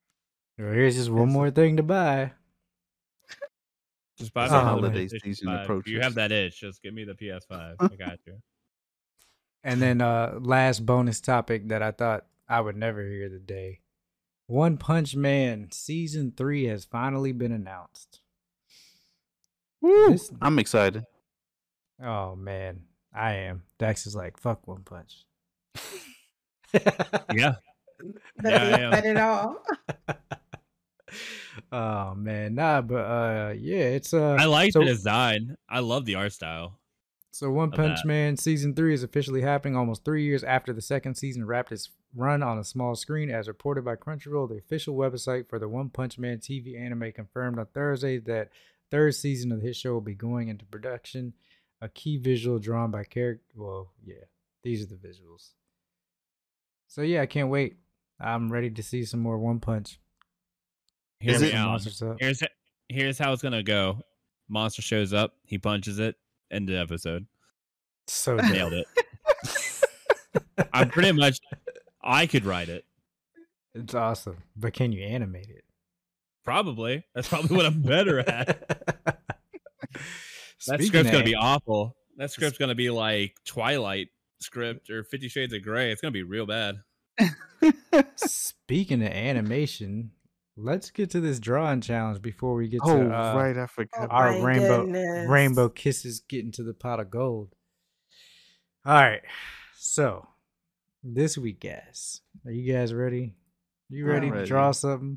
Speaker 1: Well, here's just one
Speaker 3: Yes.
Speaker 1: more thing to buy.
Speaker 2: just buy
Speaker 1: It's
Speaker 2: me
Speaker 1: a
Speaker 2: another
Speaker 3: holiday
Speaker 2: PlayStation
Speaker 3: season
Speaker 2: 5. If You
Speaker 3: approaches.
Speaker 2: have that itch. Just give me the PS5. I got you.
Speaker 1: And then uh last bonus topic that I thought I would never hear today. One Punch Man season 3 has finally been announced.
Speaker 3: Woo,
Speaker 1: This-
Speaker 3: I'm excited.
Speaker 1: Oh man, I am. Dax is like, "Fuck One Punch."
Speaker 2: Yeah.
Speaker 4: But
Speaker 2: Yeah, I
Speaker 4: they
Speaker 2: am.
Speaker 4: said it all.
Speaker 1: oh man, nah, but uh yeah, it's uh
Speaker 2: I like
Speaker 1: so-
Speaker 2: the design. I love the art style.
Speaker 1: So One
Speaker 2: of
Speaker 1: Punch
Speaker 2: that.
Speaker 1: Man season three is officially happening almost three years after the second season wrapped its run on a small screen, as reported by Crunchyroll, the official website for the One Punch Man TV anime confirmed on Thursday that third season of his show will be going into production. A key visual drawn by character. Well, yeah, these are the visuals. So yeah, I can't wait. I'm ready to see some more One Punch.
Speaker 2: Hear
Speaker 3: Is
Speaker 2: me
Speaker 3: it-
Speaker 2: out.
Speaker 1: Monsters up.
Speaker 2: Here's here's how it's gonna go. Monster shows up. He punches it. End of episode.
Speaker 1: So dope.
Speaker 2: Nailed it. I'm pretty much. I could write it.
Speaker 1: it's awesome. But can you animate it?
Speaker 2: Probably. That's probably what I'm better at. That
Speaker 1: Speaking
Speaker 2: script's
Speaker 1: of
Speaker 2: gonna be awful. That script's gonna be like Twilight script or Fifty Shades of Grey. It's gonna be real bad.
Speaker 1: uh, Speaking of animation, let's get to this drawing challenge before we get
Speaker 3: oh,
Speaker 1: to uh,
Speaker 3: right. I forgot.
Speaker 1: our
Speaker 4: My
Speaker 1: rainbow
Speaker 4: goodness.
Speaker 1: rainbow kisses getting to the pot of gold. All right, so this week, guys, are you guys ready? You
Speaker 4: I'm
Speaker 1: ready, to
Speaker 3: ready.
Speaker 1: draw something?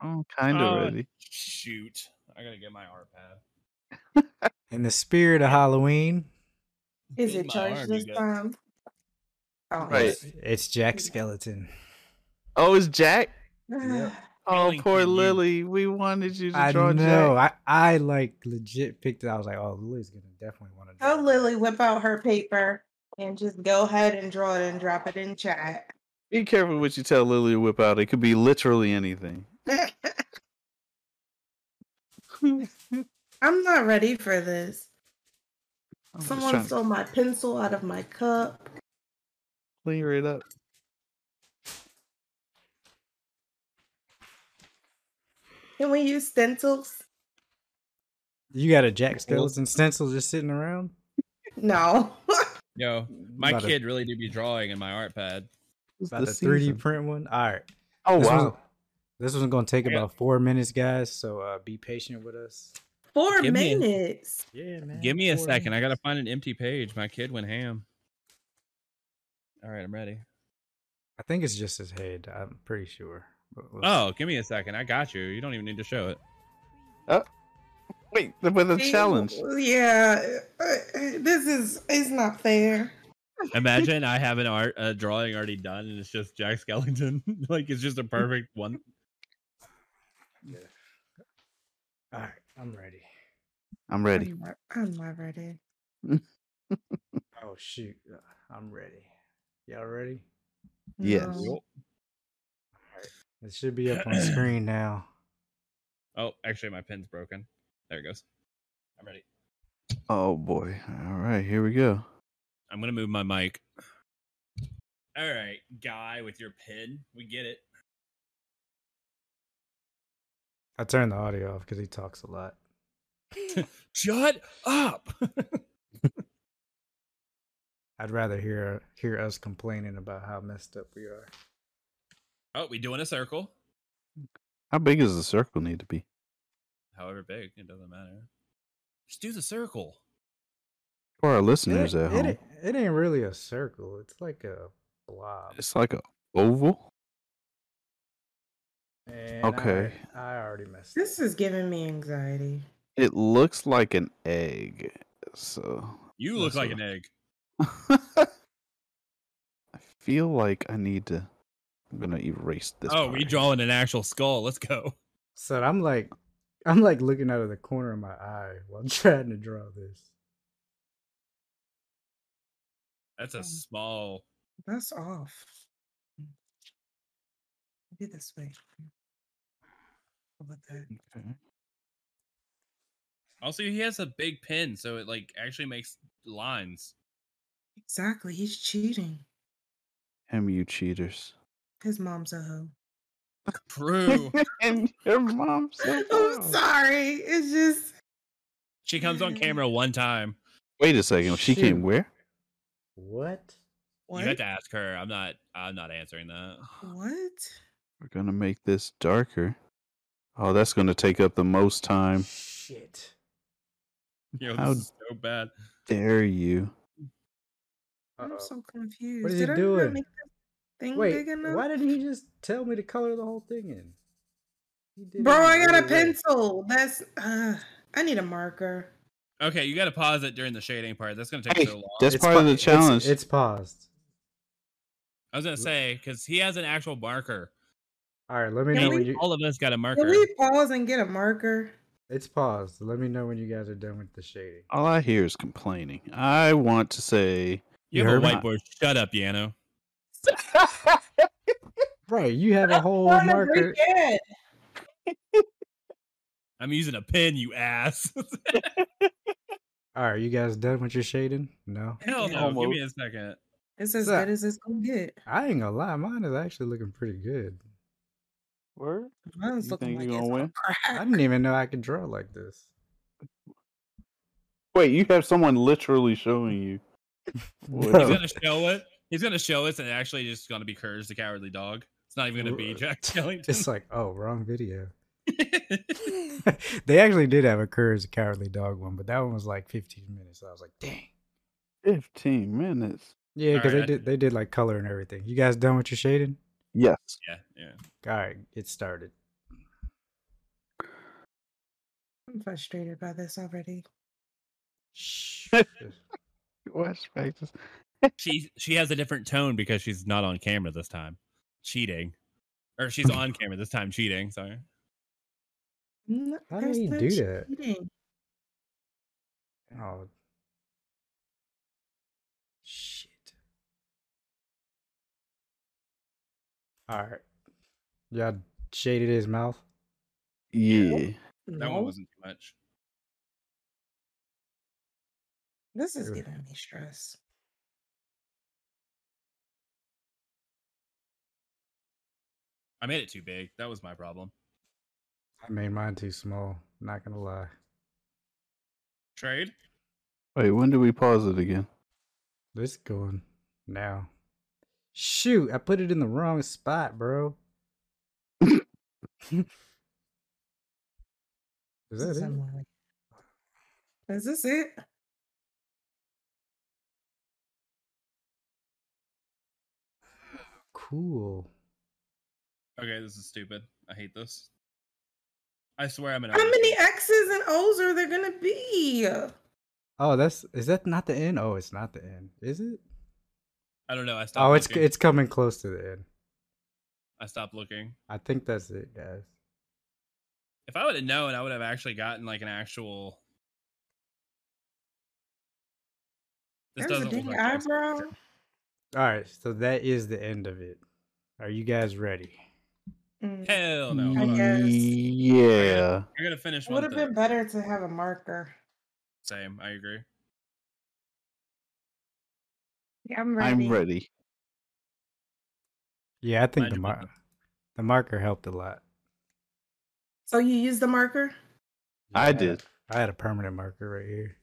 Speaker 3: I'm kind of
Speaker 1: Oh,
Speaker 2: Uh,
Speaker 3: oh, ready.
Speaker 2: Shoot. I gotta get my art pad.
Speaker 1: In the spirit of Halloween,
Speaker 4: Is
Speaker 2: Need
Speaker 4: it
Speaker 2: my
Speaker 4: charged
Speaker 2: arm
Speaker 4: this
Speaker 2: again.
Speaker 4: time? Oh,
Speaker 3: Right.
Speaker 1: it's, it's Jack Skeleton.
Speaker 3: Oh, it's Jack.
Speaker 1: Yep.
Speaker 3: Oh,
Speaker 2: Lily,
Speaker 3: poor
Speaker 2: you-
Speaker 3: Lily. We wanted you to
Speaker 1: I
Speaker 3: draw
Speaker 1: know.
Speaker 3: Jack.
Speaker 1: I, I like legit picked it. I was like, oh, Lily's gonna definitely want to.
Speaker 4: Oh, Lily, whip out her paper and just go ahead and draw it and drop it in chat.
Speaker 3: Be careful what you tell Lily to whip out. It could be literally anything.
Speaker 4: I'm not ready for this.
Speaker 3: I'm just
Speaker 4: Someone
Speaker 3: trying to
Speaker 4: stole my pencil out of my cup.
Speaker 3: clear it up.
Speaker 4: Can we use stencils?
Speaker 1: You got a Jack Skeleton stencil just sitting around?
Speaker 4: No.
Speaker 2: Yo, my
Speaker 1: About a-
Speaker 2: kid really did be drawing in my art pad.
Speaker 3: It's
Speaker 1: About the,
Speaker 3: the
Speaker 1: 3D
Speaker 3: season.
Speaker 1: print one. All right.
Speaker 3: Oh,
Speaker 1: this
Speaker 3: wow.
Speaker 1: One's, this one's gonna take
Speaker 2: I got-
Speaker 1: about four minutes, guys. So uh, be patient with us.
Speaker 4: Four
Speaker 2: Give me a-
Speaker 4: minutes.
Speaker 1: Yeah, man.
Speaker 2: Give me a second. I gotta find an empty page. My kid went ham. All right, I'm ready.
Speaker 1: I think it's just his head. I'm pretty sure. But we'll-
Speaker 2: Oh, give me a second. I got you. You don't even need to show it.
Speaker 3: Wait, the- with a
Speaker 4: See,
Speaker 3: challenge.
Speaker 4: Yeah. uh, uh, This is it's not fair.
Speaker 2: Imagine I have an art a drawing already done, and it's just Jack Skellington. like it's just a perfect one.
Speaker 1: All right. I'm ready.
Speaker 3: I'm ready.
Speaker 4: I'm not, I'm not ready.
Speaker 1: Oh shoot. I'm ready. Y'all ready?
Speaker 3: Yes.
Speaker 4: No.
Speaker 1: It should be up on screen now.
Speaker 2: Oh, actually, my pin's broken. There it goes. I'm ready.
Speaker 3: Oh boy. All right, here we go.
Speaker 2: I'm gonna move my mic. All right, guy with your pin, we get it.
Speaker 1: I turned the audio off because he talks a lot.
Speaker 2: Shut up.
Speaker 1: I'd rather hear hear us complaining about how messed up we are.
Speaker 2: oh, we doing a circle.
Speaker 3: How big does the circle need to be?
Speaker 2: However big, it doesn't matter. Just do the circle.
Speaker 3: For our listeners
Speaker 1: it,
Speaker 3: at home,
Speaker 1: It, it ain't really a circle. It's like a blob.
Speaker 3: it's like a oval.
Speaker 1: And I-
Speaker 3: okay.
Speaker 1: I, already messed. This
Speaker 4: This is giving me anxiety.
Speaker 3: It looks like an egg. So
Speaker 2: You look
Speaker 3: That's
Speaker 2: like
Speaker 3: what-
Speaker 2: an egg.
Speaker 3: I feel like I need to. I'm gonna erase this.
Speaker 2: oh, we
Speaker 3: part.
Speaker 2: drawing an actual skull. Let's go.
Speaker 1: So I'm like, I'm like looking out of the corner of my eye while trying to draw this.
Speaker 2: That's a
Speaker 4: Um,
Speaker 2: small.
Speaker 4: That's off. Do it this way. How about that?
Speaker 3: Okay.
Speaker 2: Also, he has a big pin, so it like actually makes lines.
Speaker 4: Exactly. He's cheating.
Speaker 3: Him, you cheaters.
Speaker 4: His mom's a hoe.
Speaker 2: True.
Speaker 3: and your mom said,
Speaker 4: I'm
Speaker 3: no.
Speaker 4: Oh, sorry. It's just
Speaker 2: she comes on camera one time.
Speaker 3: Wait a second. She
Speaker 1: Shoot.
Speaker 3: came where?
Speaker 1: What?
Speaker 4: what?
Speaker 2: You have to ask her. I'm not. I'm not answering that.
Speaker 4: what?
Speaker 3: We're gonna make this darker. Oh, that's gonna take up the most time.
Speaker 1: Shit.
Speaker 2: Yo, this
Speaker 3: How
Speaker 2: is so bad.
Speaker 3: dare you?
Speaker 1: Uh-oh.
Speaker 4: I'm so confused.
Speaker 1: is he
Speaker 4: did I not
Speaker 1: doing?
Speaker 4: Make this thing
Speaker 1: Wait,
Speaker 4: big enough?
Speaker 1: why did he just tell me to color the whole thing in? He did
Speaker 4: Bro,
Speaker 1: it
Speaker 4: I got
Speaker 1: really
Speaker 4: a
Speaker 1: weird.
Speaker 4: pencil. That's. Uh, I need a marker.
Speaker 2: Okay, you got to pause it during the shading part. That's gonna take
Speaker 3: Hey,
Speaker 2: so long.
Speaker 3: That's
Speaker 1: It's
Speaker 3: part of
Speaker 1: pa-
Speaker 3: the
Speaker 1: it's-
Speaker 3: challenge.
Speaker 1: It's, paused.
Speaker 2: I was gonna say because he has an actual marker.
Speaker 1: All right, let me
Speaker 4: Can
Speaker 1: know
Speaker 4: we-
Speaker 1: when you.
Speaker 2: All of us got a marker.
Speaker 4: Can we pause and get a marker?
Speaker 1: It's paused. Let me know when you guys are done with the shading.
Speaker 3: All I hear is complaining. I want to say,
Speaker 1: You
Speaker 2: You have a
Speaker 3: heard me?
Speaker 2: whiteboard. Shut up, Yano.
Speaker 1: Right, you have a whole marker.
Speaker 4: It.
Speaker 2: I'm using a pen, you ass.
Speaker 1: All right, you guys done with your shading? No,
Speaker 2: Hell no. Give
Speaker 3: Almost.
Speaker 2: me a second.
Speaker 4: It's as
Speaker 1: So-
Speaker 4: good as it's gonna get.
Speaker 1: I ain't gonna lie. Mine is actually looking pretty good.
Speaker 3: "Word."
Speaker 4: Mine's
Speaker 3: You
Speaker 4: looking
Speaker 3: think
Speaker 4: like
Speaker 3: you
Speaker 4: it's
Speaker 3: gonna
Speaker 4: on
Speaker 3: win?
Speaker 1: I
Speaker 4: crack.
Speaker 1: didn't even know I could draw like this.
Speaker 3: Wait, you have someone literally showing you. What?
Speaker 1: Bro.
Speaker 2: He's gonna show it. He's gonna show us, and actually, just gonna be Courage the Cowardly Dog. It's not even gonna be
Speaker 1: Right.
Speaker 2: Jack Skellington.
Speaker 1: It's like, oh, wrong video. they actually did have a Courage the Cowardly Dog one, but that one was like 15 minutes. I was like, dang.
Speaker 3: Fifteen minutes.
Speaker 1: Yeah, because
Speaker 2: Alright, I-
Speaker 1: they did they did like color and everything. You guys done with your shading?
Speaker 3: Yes.
Speaker 2: yeah, yeah.
Speaker 1: All right, get started.
Speaker 4: I'm frustrated by this already.
Speaker 1: Shh.
Speaker 3: Watch practice.
Speaker 2: She she has a different tone because she's not on camera this time, cheating, or she's on camera this time cheating. Sorry.
Speaker 4: No,
Speaker 1: How
Speaker 4: there's
Speaker 1: did he
Speaker 4: no
Speaker 1: do that?
Speaker 4: cheating.
Speaker 1: Oh. Shit. All right. Y'all shaded his mouth?
Speaker 3: Yeah.
Speaker 2: That one
Speaker 4: No,
Speaker 2: wasn't too much.
Speaker 4: This is
Speaker 1: Ugh.
Speaker 4: giving me stress.
Speaker 2: I made it too big. That was my problem.
Speaker 1: I made mine too small. Not gonna lie.
Speaker 2: Trade.
Speaker 3: Wait, when do we pause it again?
Speaker 1: This going now. Shoot, I put it in the wrong spot, bro. Is that
Speaker 4: This
Speaker 1: it?
Speaker 4: unwind. Is this it?
Speaker 1: Cool.
Speaker 2: Okay, this is stupid. I hate this. I swear I'm an.
Speaker 4: How many X's and O's are there gonna be?
Speaker 1: Oh, that's is that not the end? Oh, it's not the end, is it?
Speaker 2: I don't know. I stopped.
Speaker 1: Oh, it's
Speaker 2: looking.
Speaker 1: it's coming close to the end.
Speaker 2: I stopped looking.
Speaker 1: I think that's it, guys.
Speaker 2: If I would have known, I would have actually gotten like an actual. This
Speaker 4: There's a
Speaker 2: doesn't
Speaker 4: big
Speaker 2: look like Jack
Speaker 4: eyebrow.
Speaker 2: Skellington.
Speaker 1: All right, so that is the end of it. Are you guys ready?
Speaker 4: Mm.
Speaker 2: Hell Oh, no.
Speaker 4: I
Speaker 2: Hold on.
Speaker 4: guess.
Speaker 3: Yeah.
Speaker 2: You're gonna finish
Speaker 4: It
Speaker 2: one
Speaker 4: would have
Speaker 2: thing.
Speaker 4: been better to have a marker.
Speaker 2: Same. I agree.
Speaker 4: Yeah, I'm ready.
Speaker 3: I'm ready.
Speaker 1: Yeah, I think
Speaker 2: Mind
Speaker 1: the
Speaker 2: your
Speaker 1: mar- the marker helped a lot.
Speaker 4: So you used the marker?
Speaker 1: Yeah,
Speaker 3: I
Speaker 1: had a-
Speaker 3: did.
Speaker 1: I had a permanent marker right here.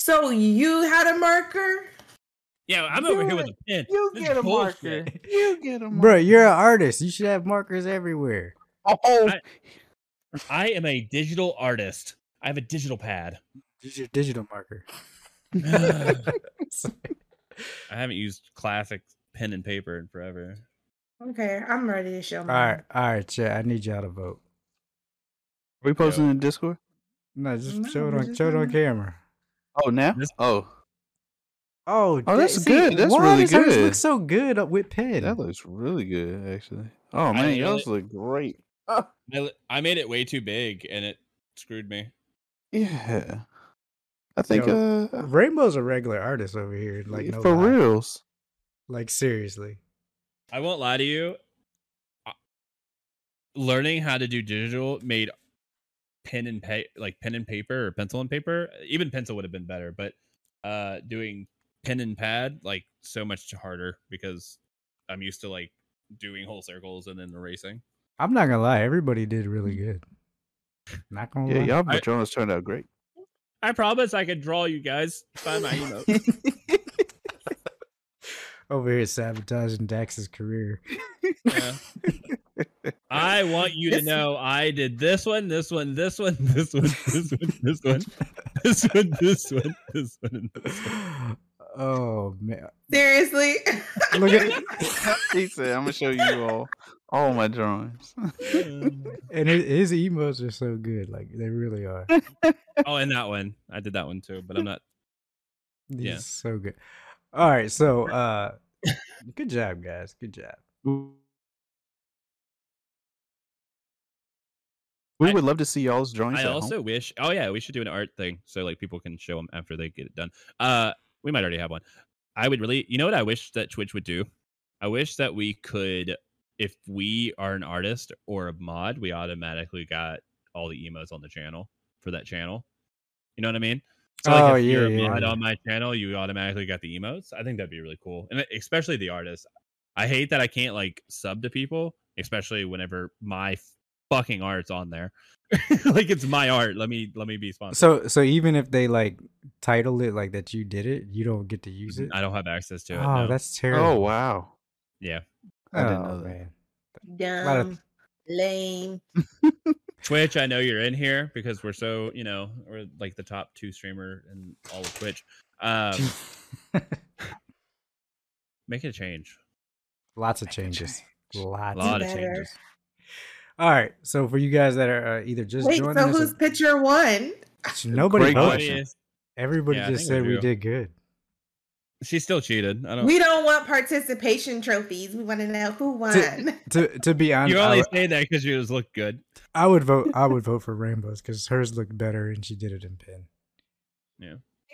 Speaker 4: So you had a marker?
Speaker 2: Yeah, I'm
Speaker 4: You
Speaker 2: over here with
Speaker 4: get-
Speaker 2: a pen.
Speaker 3: You
Speaker 2: This
Speaker 3: get a
Speaker 2: bullshit.
Speaker 3: marker. You get a marker.
Speaker 1: Bro, you're an artist. You should have markers everywhere.
Speaker 3: Oh,
Speaker 2: I- I am a digital artist. I have a digital pad.
Speaker 1: Use your digital marker.
Speaker 2: I haven't used classic pen and paper in forever.
Speaker 4: Okay, I'm ready to show
Speaker 1: All
Speaker 4: mine.
Speaker 1: right, all right, chat. I need y'all to vote.
Speaker 3: we posting in Discord?
Speaker 1: No, just
Speaker 4: No,
Speaker 1: show it
Speaker 4: we
Speaker 1: on
Speaker 4: just
Speaker 1: show it on
Speaker 4: didn't.
Speaker 1: camera.
Speaker 3: Oh, now?
Speaker 2: This-
Speaker 3: Oh,
Speaker 1: Oh,
Speaker 3: Oh, that's
Speaker 1: dang,
Speaker 3: good. That's
Speaker 1: why
Speaker 3: really
Speaker 1: does hers
Speaker 3: good.
Speaker 1: Look so good up with pen.
Speaker 3: that
Speaker 2: Mm.
Speaker 3: looks really good, actually. Oh, man,
Speaker 2: really-
Speaker 3: yours look great. Ah,
Speaker 2: I, li- I made it way too big and it screwed me.
Speaker 3: yeah. I think, uh,
Speaker 1: Rainbow's a regular artist over here. Like no
Speaker 3: for
Speaker 1: lie.
Speaker 3: reals.
Speaker 1: Like seriously.
Speaker 2: I won't lie to you. I- Learning how to do digital made pen and pa- like pen and paper or pencil and paper. Even pencil would have been better, but uh doing pen and pad like so much harder because I'm used to like doing whole circles and then erasing.
Speaker 1: I'm not gonna lie, everybody did really good. Not gonna
Speaker 3: Yeah,
Speaker 1: lie.
Speaker 3: y'all
Speaker 2: I-
Speaker 3: patronas turned out great.
Speaker 2: I promise I could draw you guys by my emote.
Speaker 1: Over here sabotaging Dax's career.
Speaker 2: Yeah. I want you to know I did this one, this one, this one, this one, this one, this one, this one, this one, this one, and this one.
Speaker 1: oh man.
Speaker 4: Seriously?
Speaker 1: Look at
Speaker 3: he said, I'm going to show you all all my drawings.
Speaker 2: Mm.
Speaker 1: and his, his emotes are so good. Like they really are.
Speaker 2: oh, and that one. I did that one too, but I'm not.
Speaker 1: These
Speaker 2: Yeah.
Speaker 1: are so good. All right, so uh good job guys. Good job.
Speaker 3: We
Speaker 2: I-
Speaker 3: would love to see y'all's drawings.
Speaker 2: I
Speaker 3: at home.
Speaker 2: also wish. Oh yeah, we should do an art thing so like people can show them after they get it done. Uh, we might already have one. I would really. You know what I wish that Twitch would do? I wish that we could, if we are an artist or a mod, we automatically got all the emos on the channel for that channel. You know what I mean? So like
Speaker 1: Oh,
Speaker 2: if you're
Speaker 1: yeah,
Speaker 2: a
Speaker 1: yeah,
Speaker 2: mod
Speaker 1: yeah.
Speaker 2: on my channel, you automatically got the emotes. I think that'd be really cool, and especially the artists. I hate that I can't like sub to people, especially whenever my fucking art's on there. like it's my art. Let me let me be sponsored.
Speaker 1: So so even if they like title it like that you did it, you don't get to use it.
Speaker 2: I don't have access to it.
Speaker 1: oh,
Speaker 2: no.
Speaker 1: that's terrible.
Speaker 3: Oh, wow.
Speaker 2: yeah.
Speaker 3: I didn't
Speaker 1: Oh,
Speaker 3: know that.
Speaker 1: man. lot of-
Speaker 4: Dumb. Lame.
Speaker 2: Twitch, I know you're in here because we're so you know we're like the top two streamer in all of Twitch. Um, make it a change.
Speaker 1: Lots of
Speaker 3: Make a
Speaker 1: changes.
Speaker 3: change.
Speaker 2: A
Speaker 1: Lots.
Speaker 2: lot of
Speaker 4: better.
Speaker 2: changes.
Speaker 1: All right. So for you guys that are uh, either just
Speaker 4: Wait,
Speaker 1: joining
Speaker 4: so
Speaker 1: us,
Speaker 4: who's picture one?
Speaker 1: or- nobody voted.
Speaker 3: Great question.
Speaker 2: Obvious.
Speaker 1: Everybody
Speaker 2: Yeah, I
Speaker 1: just
Speaker 2: think I
Speaker 1: said we
Speaker 2: do.
Speaker 1: did good.
Speaker 2: She still cheated. I don't.
Speaker 4: We don't want participation trophies. We want to know who won.
Speaker 1: To to be honest,
Speaker 2: you
Speaker 1: I,
Speaker 2: only
Speaker 1: would-
Speaker 2: say that because you just look good.
Speaker 1: I would vote. I would vote for Rainbows because hers looked better and she did it in pen.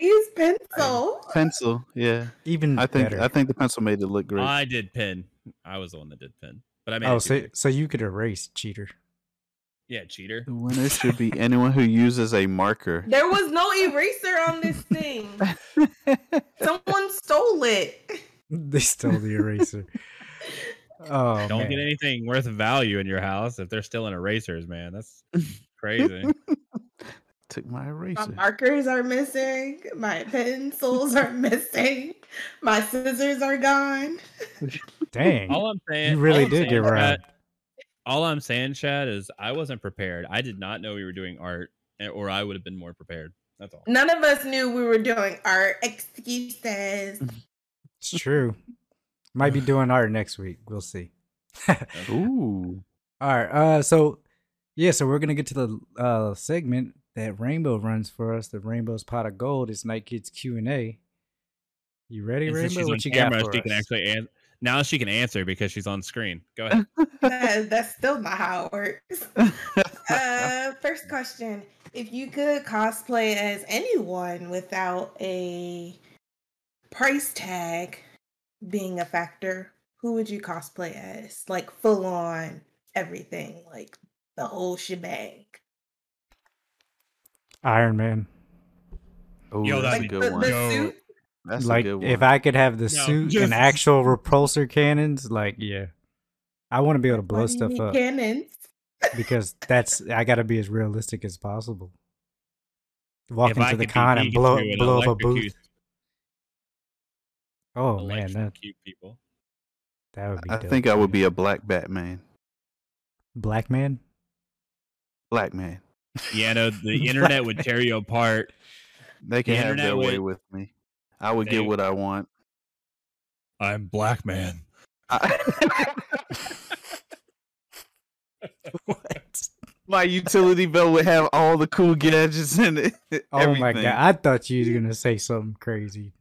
Speaker 4: Use pencil.
Speaker 3: Pencil, yeah.
Speaker 1: Even
Speaker 3: I think
Speaker 1: better.
Speaker 3: I think the pencil made it look great.
Speaker 2: I did pin. I was the one that did pin, but I made.
Speaker 1: oh,
Speaker 2: it too
Speaker 1: so
Speaker 2: big.
Speaker 1: so you could erase cheater.
Speaker 2: yeah, cheater.
Speaker 1: Oh,
Speaker 3: the winner should be anyone who uses a marker.
Speaker 4: There was no eraser on this thing. Someone stole it.
Speaker 1: they stole the eraser. Oh,
Speaker 2: Don't
Speaker 1: man.
Speaker 2: get anything worth value in your house if they're still in erasers, man. That's crazy.
Speaker 3: Took my
Speaker 4: My
Speaker 3: eraser.
Speaker 4: markers are missing. My pencils are missing. My scissors are gone.
Speaker 1: Dang,
Speaker 2: all I'm saying,
Speaker 1: you really
Speaker 2: all I'm
Speaker 1: did get
Speaker 2: saying, Chad-
Speaker 1: robbed.
Speaker 2: all I'm saying, Chad, is I wasn't prepared. I did not know we were doing art, eh, or I would have been more prepared. That's all.
Speaker 4: None of us knew we were doing art excuses.
Speaker 1: It's true. Might be doing art next week. We'll see.
Speaker 3: Ooh.
Speaker 1: All right. Uh, so yeah, so we're gonna get to the uh segment that Rainbow runs for us. The Rainbow's pot of gold is Night Kids Q and A. You ready,
Speaker 2: And since
Speaker 1: Rainbow?
Speaker 2: she's on
Speaker 1: What you
Speaker 2: camera,
Speaker 1: got for
Speaker 2: she
Speaker 1: us?
Speaker 2: can actually an- now she can answer because she's on screen. Go ahead.
Speaker 4: That- that's still not how it works. Uh, first question: If you could cosplay as anyone without a price tag, being a factor, who would you cosplay as? Like full on everything, like the whole shebang.
Speaker 1: Iron Man.
Speaker 3: Oh,
Speaker 2: Yo,
Speaker 3: that's
Speaker 2: that'd
Speaker 3: a
Speaker 2: be-
Speaker 4: Like the,
Speaker 3: good one.
Speaker 4: the
Speaker 2: Yo.
Speaker 4: suit.
Speaker 3: That's
Speaker 1: like
Speaker 3: a good one.
Speaker 1: if I could have the
Speaker 2: No,
Speaker 1: suit
Speaker 2: just-
Speaker 1: and actual repulsor cannons, like yeah, I want to be able to blow
Speaker 4: Why do you
Speaker 1: stuff
Speaker 4: need
Speaker 1: up
Speaker 4: Cannons.
Speaker 1: because that's I got to be as realistic as possible.
Speaker 2: If
Speaker 1: Walk
Speaker 2: I
Speaker 1: into the
Speaker 2: could be
Speaker 1: con and
Speaker 2: Pikachu
Speaker 1: blow
Speaker 2: and
Speaker 1: blow up a
Speaker 2: electrocute-
Speaker 1: booth. Oh man, that
Speaker 2: electrocute people.
Speaker 1: that would be.
Speaker 3: I
Speaker 1: dope.
Speaker 3: think I would be a black Batman.
Speaker 1: black man.
Speaker 3: Black man.
Speaker 2: Yeah, no, the internet would tear you apart.
Speaker 3: They can
Speaker 2: The
Speaker 3: have
Speaker 2: internet
Speaker 3: their way
Speaker 2: would-
Speaker 3: with me. I would
Speaker 2: They-
Speaker 3: get what I want.
Speaker 2: I'm black man.
Speaker 3: I-
Speaker 1: What?
Speaker 3: my utility belt would have all the cool gadgets in it.
Speaker 1: Oh my god! I thought you were gonna say something crazy.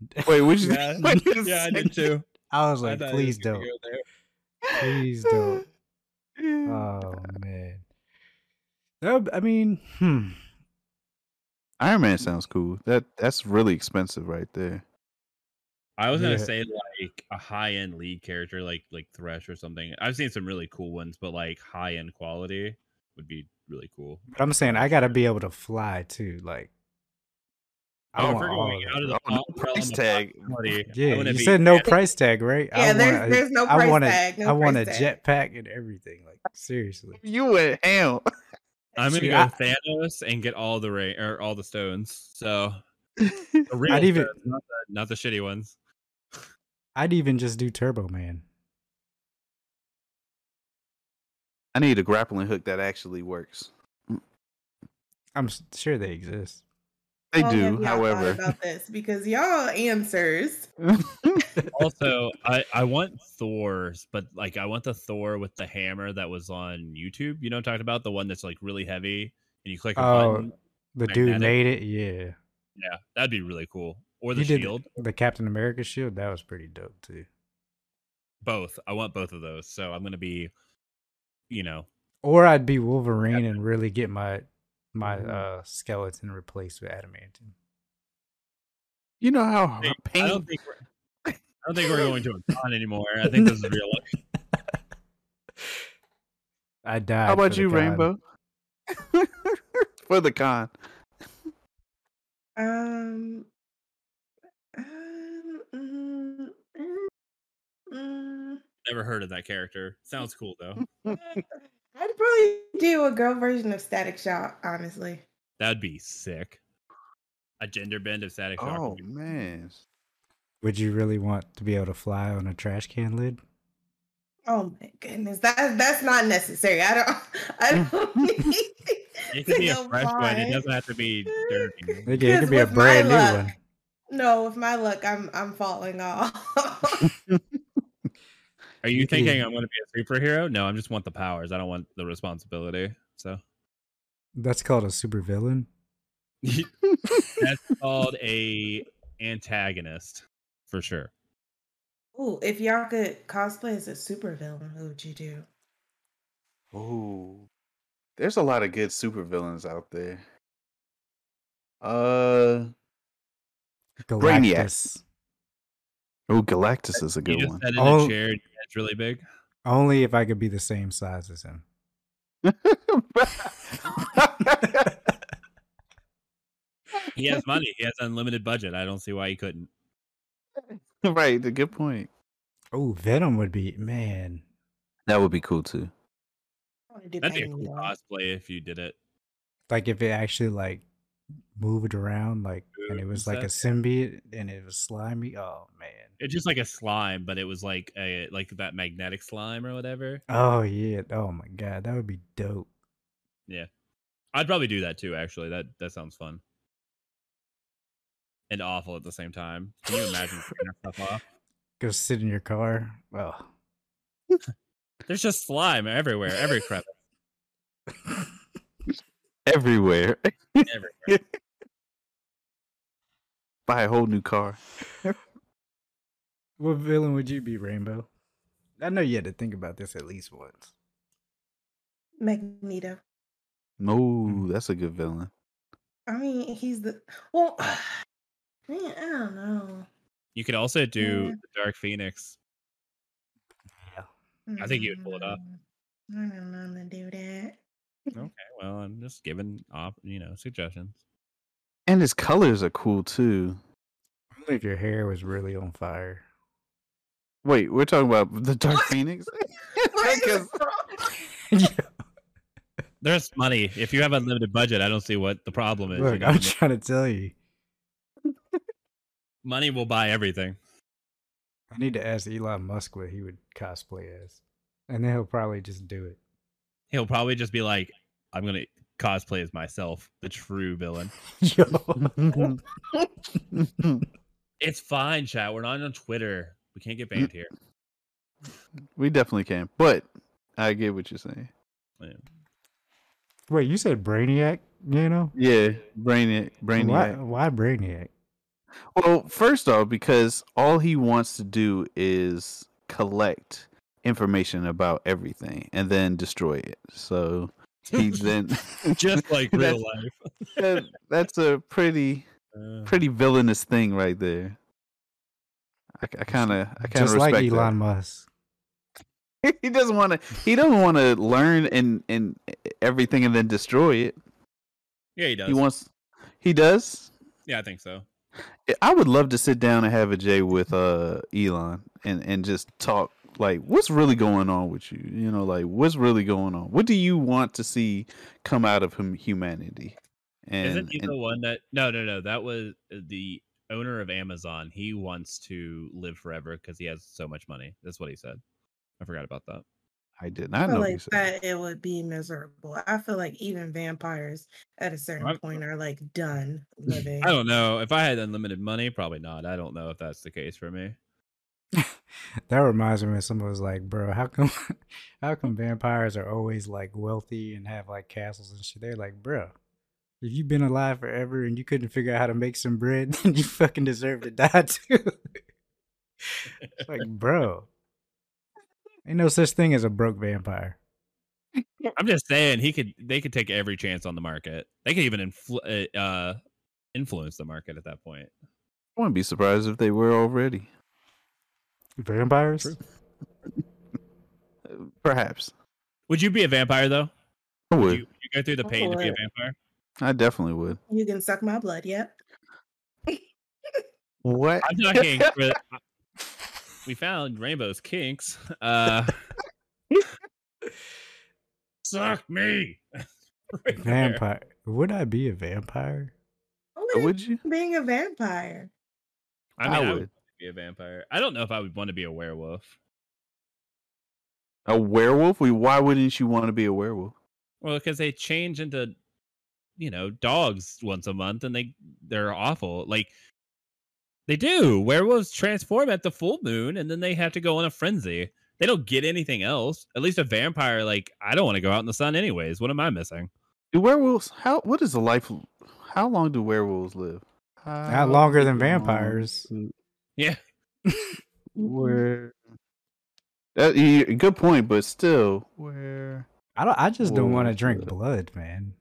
Speaker 3: Wait, which?
Speaker 2: Yeah,
Speaker 3: wait a
Speaker 2: yeah, I
Speaker 3: second.
Speaker 2: did too.
Speaker 1: I was
Speaker 2: I
Speaker 1: like,
Speaker 2: thought it
Speaker 1: please
Speaker 2: was gonna
Speaker 1: don't,
Speaker 2: go there.
Speaker 1: please don't.
Speaker 3: Yeah.
Speaker 1: Oh man, that would, I mean, hmm.
Speaker 3: Iron Man sounds cool. That that's really expensive right there.
Speaker 2: I was gonna
Speaker 1: Yeah.
Speaker 2: say like a high end lead character, like like Thresh or something. I've seen some really cool ones, but like high end quality would be really cool.
Speaker 1: But I'm saying I gotta be able to fly too. Like, I
Speaker 2: Oh, if
Speaker 1: want
Speaker 2: we're
Speaker 1: all
Speaker 2: going
Speaker 1: of
Speaker 2: out
Speaker 1: it.
Speaker 2: of the
Speaker 3: Oh, no
Speaker 2: pop realm
Speaker 3: price
Speaker 2: of
Speaker 3: tag.
Speaker 2: possibility, I
Speaker 1: yeah,
Speaker 2: wanna
Speaker 1: you
Speaker 2: be
Speaker 1: said no
Speaker 2: Batman.
Speaker 1: price tag, right?
Speaker 4: Yeah, there's
Speaker 1: want a-
Speaker 4: there's no
Speaker 1: I
Speaker 4: price
Speaker 1: wanna-
Speaker 4: tag. No
Speaker 1: I want a
Speaker 4: price tag.
Speaker 1: jetpack and everything. Like, seriously.
Speaker 3: You went ham.
Speaker 2: I'm gonna
Speaker 1: Shoot,
Speaker 2: go
Speaker 1: I-
Speaker 2: Thanos and get all the rain or all the stones. So the real
Speaker 1: I'd even-
Speaker 2: stones, not, the, not the shitty ones.
Speaker 1: I'd even just do Turbo Man.
Speaker 3: I need a grappling hook that actually works.
Speaker 1: I'm s- sure they exist.
Speaker 3: They
Speaker 4: How long have
Speaker 3: do,
Speaker 4: y'all thought
Speaker 3: however.
Speaker 4: about this because y'all answers.
Speaker 2: Also, I I want Thor's, but like I want the Thor with the hammer that was on YouTube. You know, what I'm talking about the one that's like really heavy, and you click a
Speaker 1: Oh,
Speaker 2: button.
Speaker 1: The dude
Speaker 2: Magnetic.
Speaker 1: made it. Yeah,
Speaker 2: Yeah, that'd be really cool. Or the
Speaker 1: He did
Speaker 2: shield,
Speaker 1: the Captain America shield. That was pretty dope too.
Speaker 2: both. I want both of those. So I'm gonna be, you know,
Speaker 1: Or I'd be Wolverine and really get my my
Speaker 3: Mm-hmm.
Speaker 1: uh skeleton replaced with adamantium.
Speaker 3: you know how
Speaker 2: I
Speaker 3: pain.
Speaker 2: don't think we're, I don't think we're going to a con anymore. I think this is real life.
Speaker 1: I died.
Speaker 3: How
Speaker 1: for
Speaker 3: about
Speaker 1: the
Speaker 3: you,
Speaker 1: con.
Speaker 3: Rainbow? For the con.
Speaker 4: Um, um, mm, mm, mm. Uh,
Speaker 2: Never heard of that character. Sounds cool though.
Speaker 4: I'd probably do a girl version of Static Shock, honestly.
Speaker 2: That'd be sick. A gender bend of static shock.
Speaker 3: Oh
Speaker 2: would be-
Speaker 3: man.
Speaker 1: Would you really want to be able to fly on a trash can lid?
Speaker 4: Oh my goodness, that that's not necessary. I don't, I don't need.
Speaker 2: It could
Speaker 4: to
Speaker 2: be a
Speaker 4: go
Speaker 2: fresh one. It
Speaker 4: blind.
Speaker 2: doesn't have to be dirty.
Speaker 1: It could, it
Speaker 4: Because
Speaker 1: could be a
Speaker 4: with my
Speaker 1: brand new
Speaker 4: luck-
Speaker 1: one.
Speaker 4: No, with my luck, I'm I'm falling off.
Speaker 2: Are you
Speaker 1: You could
Speaker 2: thinking
Speaker 1: even-
Speaker 2: I'm gonna be a superhero? No, I just want the powers. I don't want the responsibility. So
Speaker 1: That's called a supervillain.
Speaker 2: that's called a antagonist for sure.
Speaker 4: Ooh, if y'all could cosplay as a supervillain, who would you do?
Speaker 3: Oh. There's a lot of good supervillains out there. Uh Brainiac.
Speaker 1: Galactus.
Speaker 3: oh, Galactus is a
Speaker 2: You
Speaker 3: good
Speaker 2: just
Speaker 3: one.
Speaker 2: sat in
Speaker 1: Oh.
Speaker 2: a chair. And your head's really big.
Speaker 1: Only if I could be the same size as him.
Speaker 2: He has money. He has unlimited budget. I don't see why he couldn't.
Speaker 3: right, a good point.
Speaker 1: Oh, Venom would be man.
Speaker 3: That would be cool too.
Speaker 4: I want to do
Speaker 2: That'd be a
Speaker 4: Bang
Speaker 2: cool
Speaker 4: Bang.
Speaker 2: cosplay if you did it.
Speaker 1: Like if it actually like moved around, like and it
Speaker 2: Moves
Speaker 1: was like a
Speaker 2: and
Speaker 1: symbiote and it was slimy. Oh man.
Speaker 2: It's just like a slime, but it was like a like that magnetic slime or whatever.
Speaker 1: Oh yeah. Oh my god, that would be dope.
Speaker 2: I'd probably do that too. Actually, that that sounds fun and awful at the same time. Can you imagine picking that stuff off?
Speaker 1: Go sit in your car. Well,
Speaker 2: There's just slime everywhere, every crevice,
Speaker 3: Everywhere.
Speaker 2: everywhere.
Speaker 3: Buy a whole new car.
Speaker 1: what villain would you be, Rainbow? I know you had to think about this at least once.
Speaker 4: Magneto.
Speaker 3: No, that's a good villain.
Speaker 4: I mean, he's the well. Man, I don't know.
Speaker 2: You could also do
Speaker 4: Yeah.
Speaker 2: the Dark Phoenix. I think you would pull it off.
Speaker 4: I don't know to do that.
Speaker 2: Okay, well, I'm just giving op, you know, suggestions.
Speaker 3: And his colors are cool too.
Speaker 1: Only if your hair was really on fire.
Speaker 3: Wait, we're talking about the Dark Phoenix? Because
Speaker 2: There's money. If you have unlimited budget, I don't see what the problem is. You
Speaker 1: Look,
Speaker 2: got
Speaker 1: I'm
Speaker 2: mo-
Speaker 1: trying to tell you.
Speaker 2: money will buy everything.
Speaker 1: I need to ask Elon Musk what he would cosplay as, and then he'll probably just do it.
Speaker 2: He'll probably just be like, "I'm gonna cosplay as myself, the true villain."
Speaker 1: Yo,
Speaker 2: It's fine, chat. We're not on Twitter. We can't get banned here.
Speaker 3: we definitely can. But I get what you're saying.
Speaker 2: Yeah.
Speaker 1: wait, you said Brainiac? You know,
Speaker 3: Yeah, Brainiac. Brainiac.
Speaker 1: why? Why Brainiac?
Speaker 3: Well, first off, because all he wants to do is collect information about everything and then destroy it. So he then
Speaker 2: Just like real
Speaker 3: That's-
Speaker 2: life.
Speaker 3: that- that's a pretty
Speaker 2: Uh,
Speaker 3: pretty villainous thing right there. I kind of I kind of
Speaker 1: Just like
Speaker 3: respect
Speaker 1: Elon
Speaker 3: that.
Speaker 1: Musk.
Speaker 3: he doesn't want to he doesn't want to learn and and everything and then destroy it.
Speaker 2: yeah, he does.
Speaker 3: He wants he does.
Speaker 2: yeah, I think so.
Speaker 3: Yeah, I would love to sit down and have a J with uh Elon and and just talk like what's really going on with you? You know, like what's really going on? What do you want to see come out of hum- humanity? And,
Speaker 2: Isn't he the
Speaker 3: and-
Speaker 2: one that? No, no, no. That was uh, the owner of Amazon. He wants to live forever because he has so much money. That's what he said. I forgot about that.
Speaker 3: I did
Speaker 4: I
Speaker 3: not
Speaker 4: feel
Speaker 3: know.
Speaker 4: like
Speaker 3: this.
Speaker 4: that it would be miserable. I feel like even vampires at a certain
Speaker 2: I'm-
Speaker 4: point are like done living.
Speaker 2: I don't know. If I had unlimited money, probably not. I don't know if that's the case for me.
Speaker 1: That reminds me when someone was like, "Bro, how come, how come vampires are always like wealthy and have like castles and shit?" They're like, "Bro, if you've been alive forever and you couldn't figure out how to make some bread, then you fucking deserve to die too." it's like, bro, ain't no such thing as a broke vampire.
Speaker 2: I'm just saying he could. They could take every chance on the market. They could even influ- uh, uh, influence the market at that point.
Speaker 3: I wouldn't be surprised if they were already.
Speaker 1: Vampires?
Speaker 3: Perhaps
Speaker 2: Would you be a vampire though?
Speaker 3: I
Speaker 2: Would
Speaker 3: would.
Speaker 2: you, would you go through the pain to be a
Speaker 4: Would.
Speaker 2: vampire?
Speaker 3: I definitely would.
Speaker 4: You can suck my blood. Yep.
Speaker 3: What?
Speaker 2: I'm talking. For, we found Rainbow's kinks. Uh, suck me. Right there.
Speaker 1: Vampire? Would I be a vampire?
Speaker 4: Only
Speaker 3: Would you?
Speaker 4: being a vampire.
Speaker 2: I mean, I would.
Speaker 3: would.
Speaker 2: be a vampire. I don't know if I would want to be a werewolf.
Speaker 3: A werewolf? We? Why wouldn't you want to be a werewolf?
Speaker 2: Well, because they change into, you know, dogs once a month, and they they're awful. Like they do. Werewolves transform at the full moon, and then they have to go on a frenzy. They don't get anything else. At least a vampire, like I don't want to go out in the sun, anyways. What am I missing?
Speaker 3: Do werewolves? How? What is the life? How long do werewolves live?
Speaker 1: Not longer than
Speaker 3: long
Speaker 1: vampires.
Speaker 3: do
Speaker 2: Yeah,
Speaker 4: Mm-hmm.
Speaker 3: where that, you, good point but still where
Speaker 1: I don't. I just don't want to
Speaker 3: Wolves,
Speaker 1: drink
Speaker 3: uh,
Speaker 1: blood, man.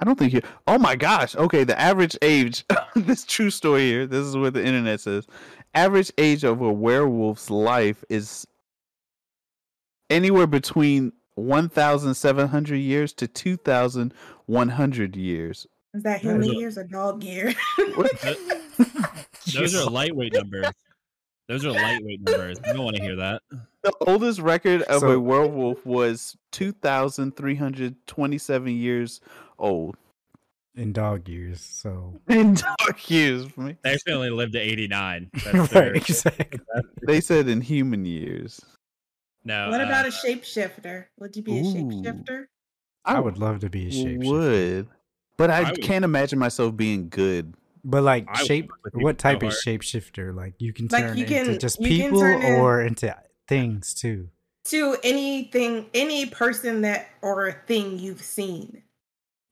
Speaker 3: i don't think you oh my gosh okay the average age this true story here this is what the internet says average age of a werewolf's life is anywhere between 1700 years to 2100 years
Speaker 4: Is that
Speaker 1: That
Speaker 4: human
Speaker 1: is
Speaker 2: a-
Speaker 4: years or dog year?
Speaker 2: those are lightweight numbers. Those are lightweight numbers. I don't want to hear that.
Speaker 3: the oldest record of
Speaker 1: So-
Speaker 3: a werewolf was 2327 years old
Speaker 1: In dog years, so
Speaker 3: in dark years for me
Speaker 2: They actually only lived to eighty nine. That's
Speaker 1: right,
Speaker 2: their-
Speaker 1: exactly.
Speaker 3: They said in human years.
Speaker 2: No.
Speaker 4: what
Speaker 2: uh,
Speaker 4: about a shapeshifter? Would you be a
Speaker 3: Ooh.
Speaker 4: shapeshifter?
Speaker 1: I would love to be a shapeshifter.
Speaker 3: Would, but I,
Speaker 2: I would.
Speaker 3: can't imagine myself being good.
Speaker 1: But like
Speaker 2: I would
Speaker 1: shape,
Speaker 2: fuck with people
Speaker 1: what
Speaker 2: so
Speaker 1: type of
Speaker 2: hard.
Speaker 1: shapeshifter? Like you can
Speaker 4: Like,
Speaker 1: turn
Speaker 4: you
Speaker 1: into
Speaker 4: can-
Speaker 1: just
Speaker 4: you can
Speaker 1: people
Speaker 4: turn in-
Speaker 1: or into things too.
Speaker 4: To anything, any person that or thing you've seen.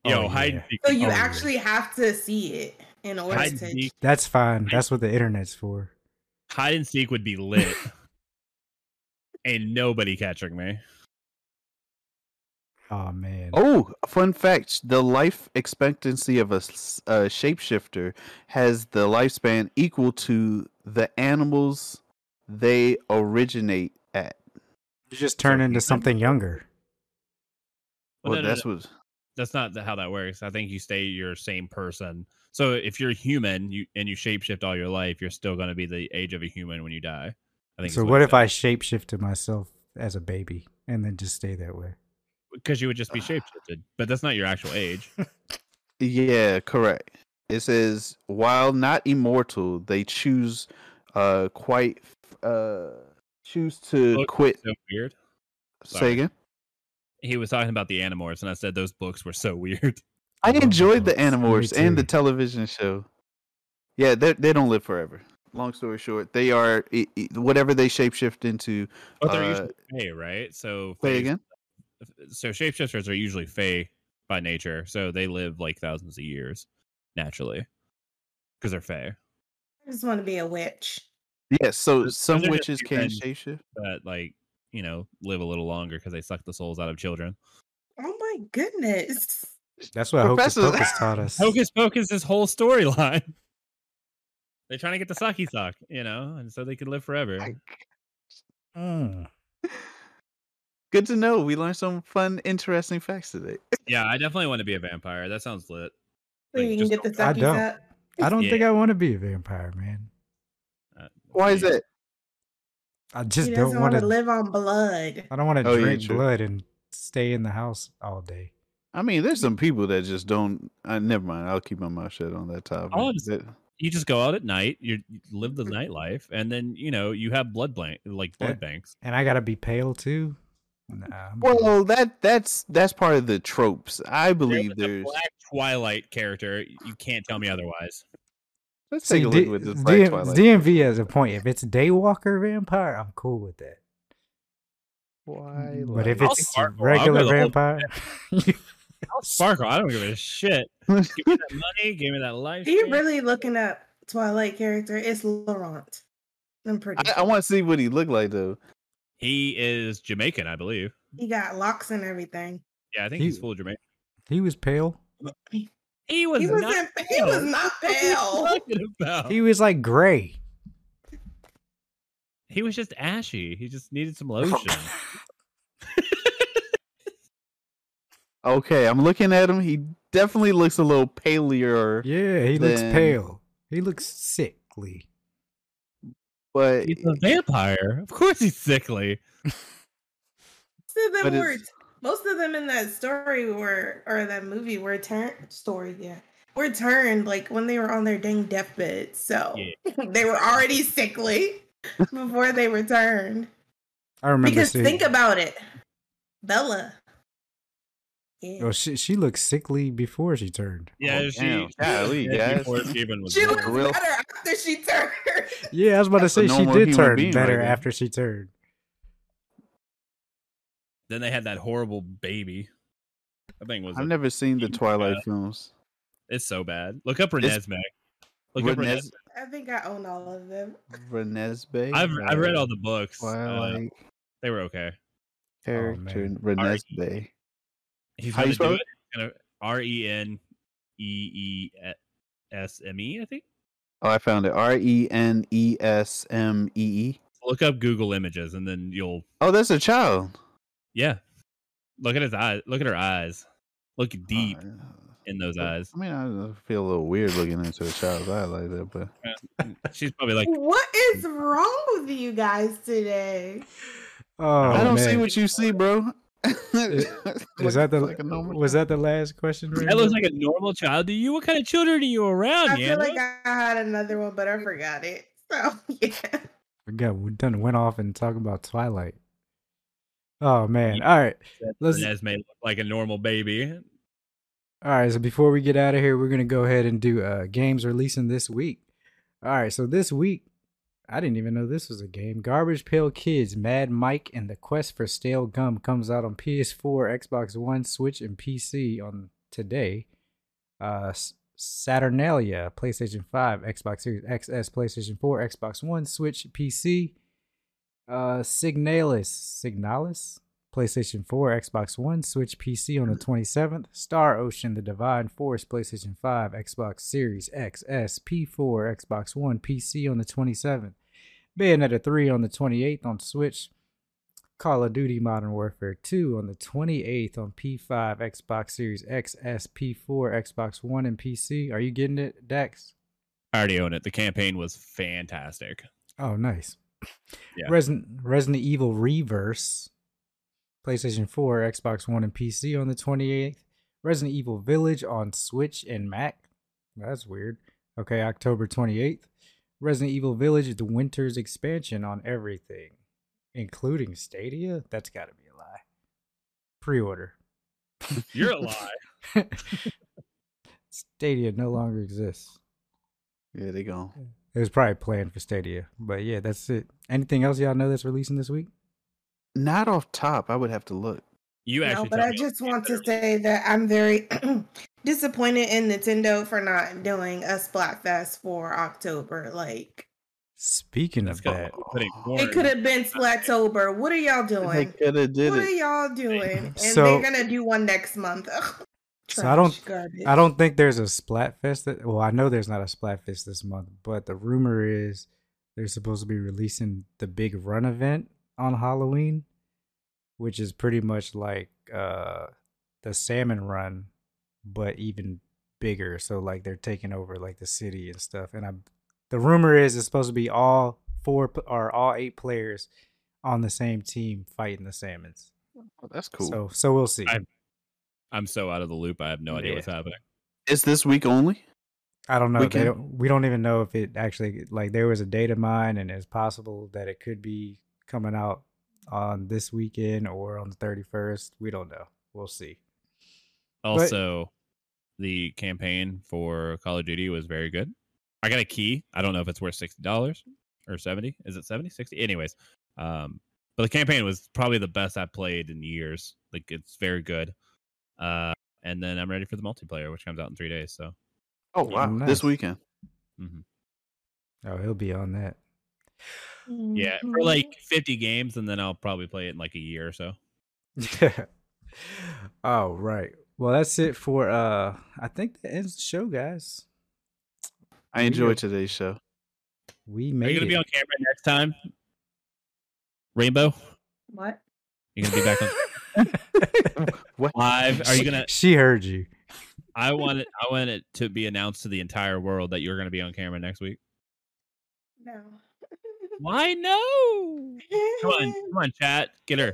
Speaker 2: Yo,
Speaker 1: Oh,
Speaker 2: hide.
Speaker 1: yeah.
Speaker 2: and seek.
Speaker 4: So you
Speaker 1: Oh, yeah.
Speaker 4: actually have to see it in order
Speaker 2: Hide and
Speaker 4: to.
Speaker 2: seek.
Speaker 1: That's fine. That's what the internet's for.
Speaker 2: hide and seek would be lit. Ain't nobody catching me.
Speaker 1: Oh man.
Speaker 3: Oh, fun fact: the life expectancy of a, s- a shapeshifter has the lifespan equal to the animals they originate at.
Speaker 1: You just turn into something younger.
Speaker 2: Well,
Speaker 3: Well,
Speaker 2: Oh, no, no,
Speaker 3: that's
Speaker 2: no.
Speaker 3: what
Speaker 2: that's not the- how that works. I think you stay your same person. So if you're human you and you shapeshift all your life, you're still going to be the age of a human when you die. I think.
Speaker 1: So what if I shapeshifted myself as a baby and then just stay that way?
Speaker 2: Because you would just be shapeshifted, but that's not your actual age.
Speaker 3: Yeah, correct. It says while not immortal, they choose uh quite uh choose to
Speaker 2: Look,
Speaker 3: quit.
Speaker 2: So weird. sorry.
Speaker 3: Say again.
Speaker 2: He was talking about the Animorphs, and I said those books were so weird.
Speaker 3: I
Speaker 1: love
Speaker 3: enjoyed the
Speaker 1: those. Oh, Me
Speaker 3: Animorphs and the
Speaker 1: too.
Speaker 3: television show. Yeah, they they don't live forever. Long story short, they are i i- whatever they shapeshift into.
Speaker 2: But they're
Speaker 3: Uh,
Speaker 2: usually Fey, right? So
Speaker 3: Say
Speaker 2: fae-
Speaker 3: again.
Speaker 2: So shapeshifters are usually Fey by nature, so they live like thousands of years naturally because they're Fey.
Speaker 4: I just want to be a witch.
Speaker 3: Yes, so
Speaker 2: Those-
Speaker 3: some
Speaker 2: those are just
Speaker 3: witches
Speaker 2: human-
Speaker 3: can shapeshift.
Speaker 2: but like you know live a little longer because they suck the souls out of children
Speaker 4: Oh my goodness.
Speaker 1: That's what Hocus
Speaker 3: Professor-
Speaker 1: Pocus taught us.
Speaker 2: hocus pocus this whole storyline they're trying to get the sucky suck you know and so they could live forever
Speaker 3: I-
Speaker 1: Mm.
Speaker 3: Good to know. We learned some fun, interesting facts today.
Speaker 2: yeah i definitely want to be a vampire that sounds lit
Speaker 4: So
Speaker 2: Like,
Speaker 4: you can
Speaker 2: just
Speaker 4: get the
Speaker 2: don't-
Speaker 1: I
Speaker 4: sucky
Speaker 1: don't.
Speaker 4: up.
Speaker 1: I don't
Speaker 2: Yeah.
Speaker 1: think I want to be a vampire, man.
Speaker 2: Uh,
Speaker 3: Why is
Speaker 2: yeah.
Speaker 3: that?
Speaker 1: I
Speaker 4: He
Speaker 1: just
Speaker 4: doesn't
Speaker 1: don't want
Speaker 4: want to
Speaker 1: to.
Speaker 4: live on blood.
Speaker 1: I don't want to
Speaker 3: Oh, yeah,
Speaker 1: drink
Speaker 3: true.
Speaker 1: blood and stay in the house all day.
Speaker 3: I mean, there's some people that just don't. Uh, never mind. I'll keep my mouth shut on that topic.
Speaker 2: I'll just-
Speaker 3: That-
Speaker 2: you just go out at night you you live the nightlife and then you know you have blood blank like
Speaker 1: Yeah.
Speaker 2: blood banks
Speaker 1: And I gotta be pale too. Nah. I'm good.
Speaker 3: Well, that that's that's part of the tropes. I
Speaker 2: There
Speaker 3: believe
Speaker 2: was a
Speaker 3: there's.
Speaker 2: black twilight character you can't tell me otherwise
Speaker 3: Let's
Speaker 1: See,
Speaker 3: take a look
Speaker 1: D-
Speaker 3: with this
Speaker 1: DM
Speaker 3: Black Twilight.
Speaker 1: DMV has a point. If it's Daywalker vampire, I'm cool with that. But if
Speaker 2: I'll
Speaker 1: it's
Speaker 2: sparkle. I'll go
Speaker 1: regular
Speaker 2: the whole-
Speaker 1: vampire,
Speaker 2: I'll sparkle i don't give a shit give me that money give me that life
Speaker 4: Are you
Speaker 2: shit.
Speaker 4: really looking up Twilight character? It's Laurent. I'm pretty
Speaker 3: I,
Speaker 4: sure.
Speaker 3: I want to see what he looked like though.
Speaker 2: He is Jamaican, I believe.
Speaker 4: He got locks and everything.
Speaker 2: Yeah, I think
Speaker 1: He-
Speaker 2: he's full Jamaican.
Speaker 1: he was pale.
Speaker 2: He was
Speaker 4: He was
Speaker 2: not.
Speaker 4: not he was
Speaker 2: pale.
Speaker 4: not
Speaker 2: What are you
Speaker 4: pale.
Speaker 2: talking
Speaker 3: Oh.
Speaker 2: about?
Speaker 1: He was like gray.
Speaker 2: He was just ashy. He just needed some lotion.
Speaker 3: Okay, I'm looking at him. He definitely looks a little paler,
Speaker 1: Yeah, he looks
Speaker 3: Then-
Speaker 1: pale. He looks sickly.
Speaker 3: but
Speaker 2: he's a vampire. Of course, he's sickly.
Speaker 4: Most of them
Speaker 3: But it's-
Speaker 4: were most of them in that story were or that movie were turned story, yeah. Were turned like when they were on their dang deathbed. So
Speaker 2: Yeah.
Speaker 4: they were already sickly before they were turned.
Speaker 1: I remember
Speaker 4: Because
Speaker 1: seeing.
Speaker 4: think about it. Bella. Yeah.
Speaker 1: oh, she she looked sickly before she turned.
Speaker 2: Yeah,
Speaker 3: Oh,
Speaker 2: she.
Speaker 3: damn.
Speaker 2: she-
Speaker 3: Golly,
Speaker 2: yeah, before
Speaker 3: guys.
Speaker 2: she even was
Speaker 4: She
Speaker 2: born.
Speaker 4: looked
Speaker 3: real-
Speaker 4: better after she turned.
Speaker 1: Yeah, I was about to
Speaker 3: Oh. That's a
Speaker 1: say she
Speaker 3: normal
Speaker 1: did
Speaker 3: human
Speaker 1: turn
Speaker 3: being
Speaker 1: better
Speaker 3: right there.
Speaker 1: after she turned.
Speaker 2: Then they had that horrible baby. That thing was.
Speaker 3: I've never seen the
Speaker 2: Yeah.
Speaker 3: Twilight films. it's
Speaker 2: It's so bad. Look up
Speaker 3: It's-
Speaker 2: Renesmee. Look up Renesmee.
Speaker 3: Renes-
Speaker 4: I think I own all of them.
Speaker 3: Renesmee.
Speaker 2: I've I've read all
Speaker 3: Uh,
Speaker 2: the books. uh,
Speaker 3: Twilight
Speaker 2: they were okay. E
Speaker 3: character
Speaker 1: man.
Speaker 3: Renesmee.
Speaker 2: He's
Speaker 3: How
Speaker 2: gonna
Speaker 3: you
Speaker 2: do
Speaker 3: spell
Speaker 2: it. Gonna R E N E E S M E. I think.
Speaker 3: Oh, I found it. R e n e s m e e.
Speaker 2: Look up Google Images, and then you'll
Speaker 3: Oh, that's a child.
Speaker 2: Yeah. Look at his eyes. Look at her eyes. Look deep
Speaker 3: Uh,
Speaker 2: in those eyes.
Speaker 3: I mean, I feel a little weird looking into a child's eye like that, but
Speaker 2: She's probably like,
Speaker 4: What is wrong with you guys today?
Speaker 1: Oh,
Speaker 3: I don't
Speaker 1: man.
Speaker 3: see what you see, bro.
Speaker 1: Is that the was that the last question?
Speaker 2: that
Speaker 1: Rainbow?
Speaker 2: looks like a normal child to you. What kind of children are you
Speaker 4: I
Speaker 2: around, Yana?
Speaker 4: feel like I had another one, but I forgot it. So yeah.
Speaker 1: Forgot we done went off and talking about Twilight. Oh man! All right, let's
Speaker 2: Inez may look like a normal baby.
Speaker 1: All right, so before we get out of here, we're gonna go ahead and do uh, games releasing this week. All right, so this week, I didn't even know this was a game. Garbage Pail Kids, Mad Mike, and the Quest for Stale Gum comes out on PS4, Xbox One, Switch, and PC on today. Uh, S- Saturnalia, PlayStation 5, Xbox Series XS, PlayStation 4, Xbox One, Switch, PC. Uh, Signalis, Signalis, PlayStation 4, Xbox One, Switch, PC on the 27th, Star Ocean, The Divine Force, PlayStation 5, Xbox Series X, S, P4, Xbox One, PC on the 27th, Bayonetta 3 on the 28th on Switch, Call of Duty Modern Warfare 2 on the 28th on P5, Xbox Series X, S, P4, Xbox One, and PC. Are you getting it, Dax?
Speaker 2: I already own it. The campaign was fantastic.
Speaker 1: Oh, nice.
Speaker 2: Yeah.
Speaker 1: Resident, Resident Evil Reverse, PlayStation 4, Xbox One, and PC on the 28th. Resident Evil Village on Switch and Mac. That's weird. Okay, October 28th. Resident Evil Village, the Winter's Expansion on everything, including Stadia. That's got to be a lie. Pre order.
Speaker 2: You're a lie.
Speaker 1: Stadia no longer exists.
Speaker 3: Yeah, they gone.
Speaker 1: It was probably planned for Stadia. But yeah, that's it. Anything else y'all know that's releasing this week?
Speaker 3: Not off top. I would have to look.
Speaker 2: You actually.
Speaker 4: No, but
Speaker 2: told
Speaker 4: I
Speaker 2: me
Speaker 4: just
Speaker 2: on
Speaker 4: want to
Speaker 2: Twitter.
Speaker 4: say that I'm very disappointed in Nintendo for not doing a Splatfest for October. Like
Speaker 1: Speaking
Speaker 2: That's
Speaker 1: of
Speaker 2: good.
Speaker 1: that,
Speaker 2: Putting
Speaker 4: it
Speaker 2: corn.
Speaker 4: could have been Splattober. What are y'all
Speaker 3: They
Speaker 4: doing?
Speaker 3: could have did
Speaker 4: What are
Speaker 3: it.
Speaker 4: y'all doing? And
Speaker 1: So-
Speaker 4: they're gonna do one next month. Ugh,
Speaker 1: So I don't-
Speaker 4: trash, garbage.
Speaker 1: I don't think there's a Splatfest. That, well, I know there's not a Splatfest this month, but the rumor is they're supposed to be releasing the big run event on Halloween, which is pretty much like uh, the Salmon Run, but even bigger. So like they're taking over like the city and stuff. And I, the rumor is it's supposed to be all four p- or all eight players on the same team fighting the Salmons.
Speaker 3: Oh, that's cool.
Speaker 1: So so we'll see.
Speaker 2: I- I'm so out of the loop. I have no idea
Speaker 1: Yeah.
Speaker 2: what's happening.
Speaker 3: It's this week only.
Speaker 1: I don't know.
Speaker 3: We
Speaker 1: They
Speaker 3: can-
Speaker 1: don't, we don't even know if it actually like there was a date of mine, and it's possible that it could be coming out on this weekend or on the thirty first. We don't know. We'll see.
Speaker 2: Also, the campaign for Call of Duty was very good. I got a key. I don't know if it's worth sixty dollars or seventy. Is it 70? 60? Anyways, um, but the campaign was probably the best I played in years. Like it's very good. Uh, and then I'm ready for the multiplayer, which comes out in three days. So
Speaker 3: Oh wow,
Speaker 1: Mm, Nice.
Speaker 3: this weekend.
Speaker 1: Oh, he'll be on that.
Speaker 2: yeah,
Speaker 4: Mm-hmm.
Speaker 1: Mm-hmm.
Speaker 2: for like fifty games, and then I'll probably play it in like a year or so.
Speaker 1: All right. Well, that's it for uh. I think that ends the show, guys.
Speaker 3: I
Speaker 1: We
Speaker 3: enjoyed
Speaker 1: did.
Speaker 3: today's show.
Speaker 1: We
Speaker 2: Are
Speaker 1: made
Speaker 2: you gonna
Speaker 1: it.
Speaker 2: be on camera next time, Rainbow?
Speaker 4: what?
Speaker 2: You gonna be back on
Speaker 3: What?
Speaker 2: live? Are you gonna?
Speaker 1: She heard you.
Speaker 2: I want it. I want it to be announced to the entire world that you're going to be on camera next week.
Speaker 4: No.
Speaker 2: Why no? Come on, come on, chat. Get her.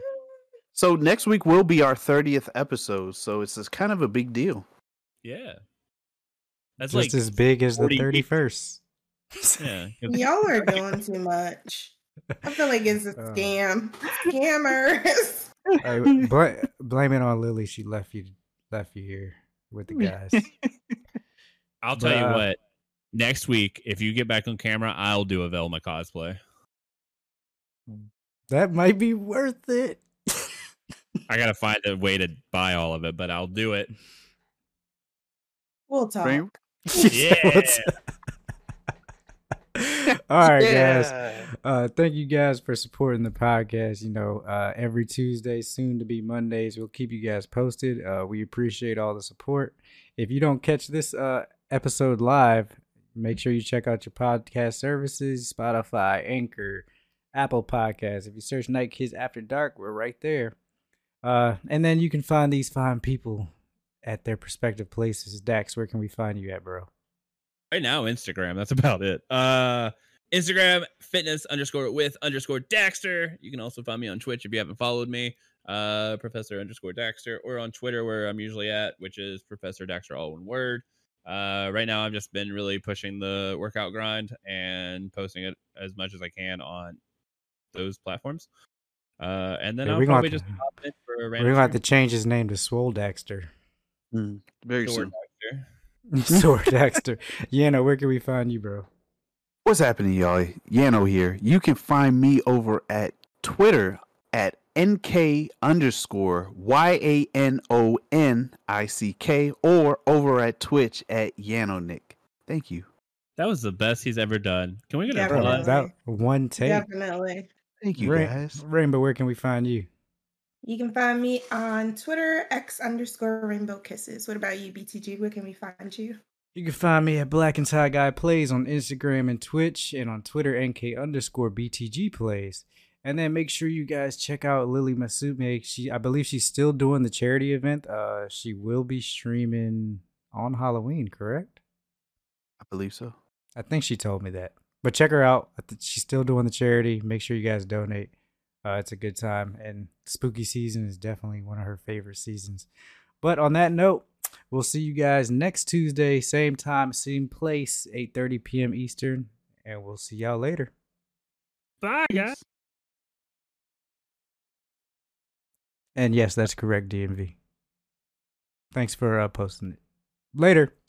Speaker 3: So next week will be our thirtieth episode. So it's it's kind of a big deal.
Speaker 2: Yeah, that's
Speaker 1: Just
Speaker 2: like
Speaker 1: as big as the
Speaker 2: 40
Speaker 1: thirty first.
Speaker 2: yeah.
Speaker 4: Y'all are doing too much. I feel like it's a
Speaker 1: Uh.
Speaker 4: scam. Scammers.
Speaker 1: bl- blame it on Lily. She left you. Left you here with the guys.
Speaker 2: I'll tell you
Speaker 1: Bruh.
Speaker 2: what. Next week, if you get back on camera, I'll do a Velma cosplay.
Speaker 1: That might be worth it.
Speaker 2: I gotta find a way to buy all of it, but I'll do it.
Speaker 4: We'll talk.
Speaker 3: Rain-
Speaker 1: Yeah. All right, guys. Uh, thank you guys for supporting the podcast. You know, uh, every Tuesday, soon to be Mondays, we'll keep you guys posted. Uh, we appreciate all the support. If you don't catch this uh, episode live, make sure you check out your podcast services Spotify, Anchor, Apple Podcasts. If you search Night Kids After Dark, we're right there. Uh, and then you can find these fine people at their prospective places. Dax, where can we find you at, bro?
Speaker 2: right now instagram that's about it uh instagram fitness underscore with underscore daxter you can also find me on twitch if you haven't followed me uh professor underscore daxter or on twitter where i'm usually at which is professor daxter all one word uh right now i've just been really pushing the workout grind and posting it as much as i can on those platforms uh and then
Speaker 1: Yeah,
Speaker 2: i'll
Speaker 1: we gonna
Speaker 2: probably
Speaker 1: have
Speaker 2: just
Speaker 1: to-
Speaker 2: pop in for a
Speaker 1: We're
Speaker 2: random
Speaker 1: gonna have to
Speaker 2: stream.
Speaker 1: change his name to Swole Daxter.
Speaker 3: Mm, very
Speaker 2: Sword
Speaker 3: soon.
Speaker 2: Daxter.
Speaker 1: Sword Daxter. Yano, where can we find you, bro?
Speaker 3: What's happening, y'all? Yano here. You can find me over at Twitter at nk underscore y a n o n i c k or over at Twitch at YanoNick. Thank you.
Speaker 2: that was the best he's ever done can we get
Speaker 4: Yeah,
Speaker 2: a
Speaker 4: bro,
Speaker 1: Bro,
Speaker 2: applause?
Speaker 4: Definitely.
Speaker 1: that one take.
Speaker 4: Definitely.
Speaker 3: Thank you,
Speaker 1: Rain-
Speaker 3: guys.
Speaker 1: Rainbow, where can we find you?
Speaker 4: You can find me on Twitter, X underscore rainbow kisses. What about you, BTG? Where can we find you?
Speaker 1: You can find me at Black and Tie Guy Plays on Instagram and Twitch, and on Twitter, NK underscore BTG Plays. And then make sure you guys check out Lily Masume. She, I believe she's still doing the charity event. Uh, she will be streaming on Halloween, correct?
Speaker 3: I believe so.
Speaker 1: I think she told me that. But check her out. I think She's still doing the charity. Make sure you guys donate. Uh, it's a good time, and spooky season is definitely one of her favorite seasons. But on that note, we'll see you guys next Tuesday, same time, same place, 8:30 p.m. Eastern, and we'll see y'all later.
Speaker 2: Bye, guys.
Speaker 1: And yes, that's correct, DMV. Thanks for uh, posting it. Later.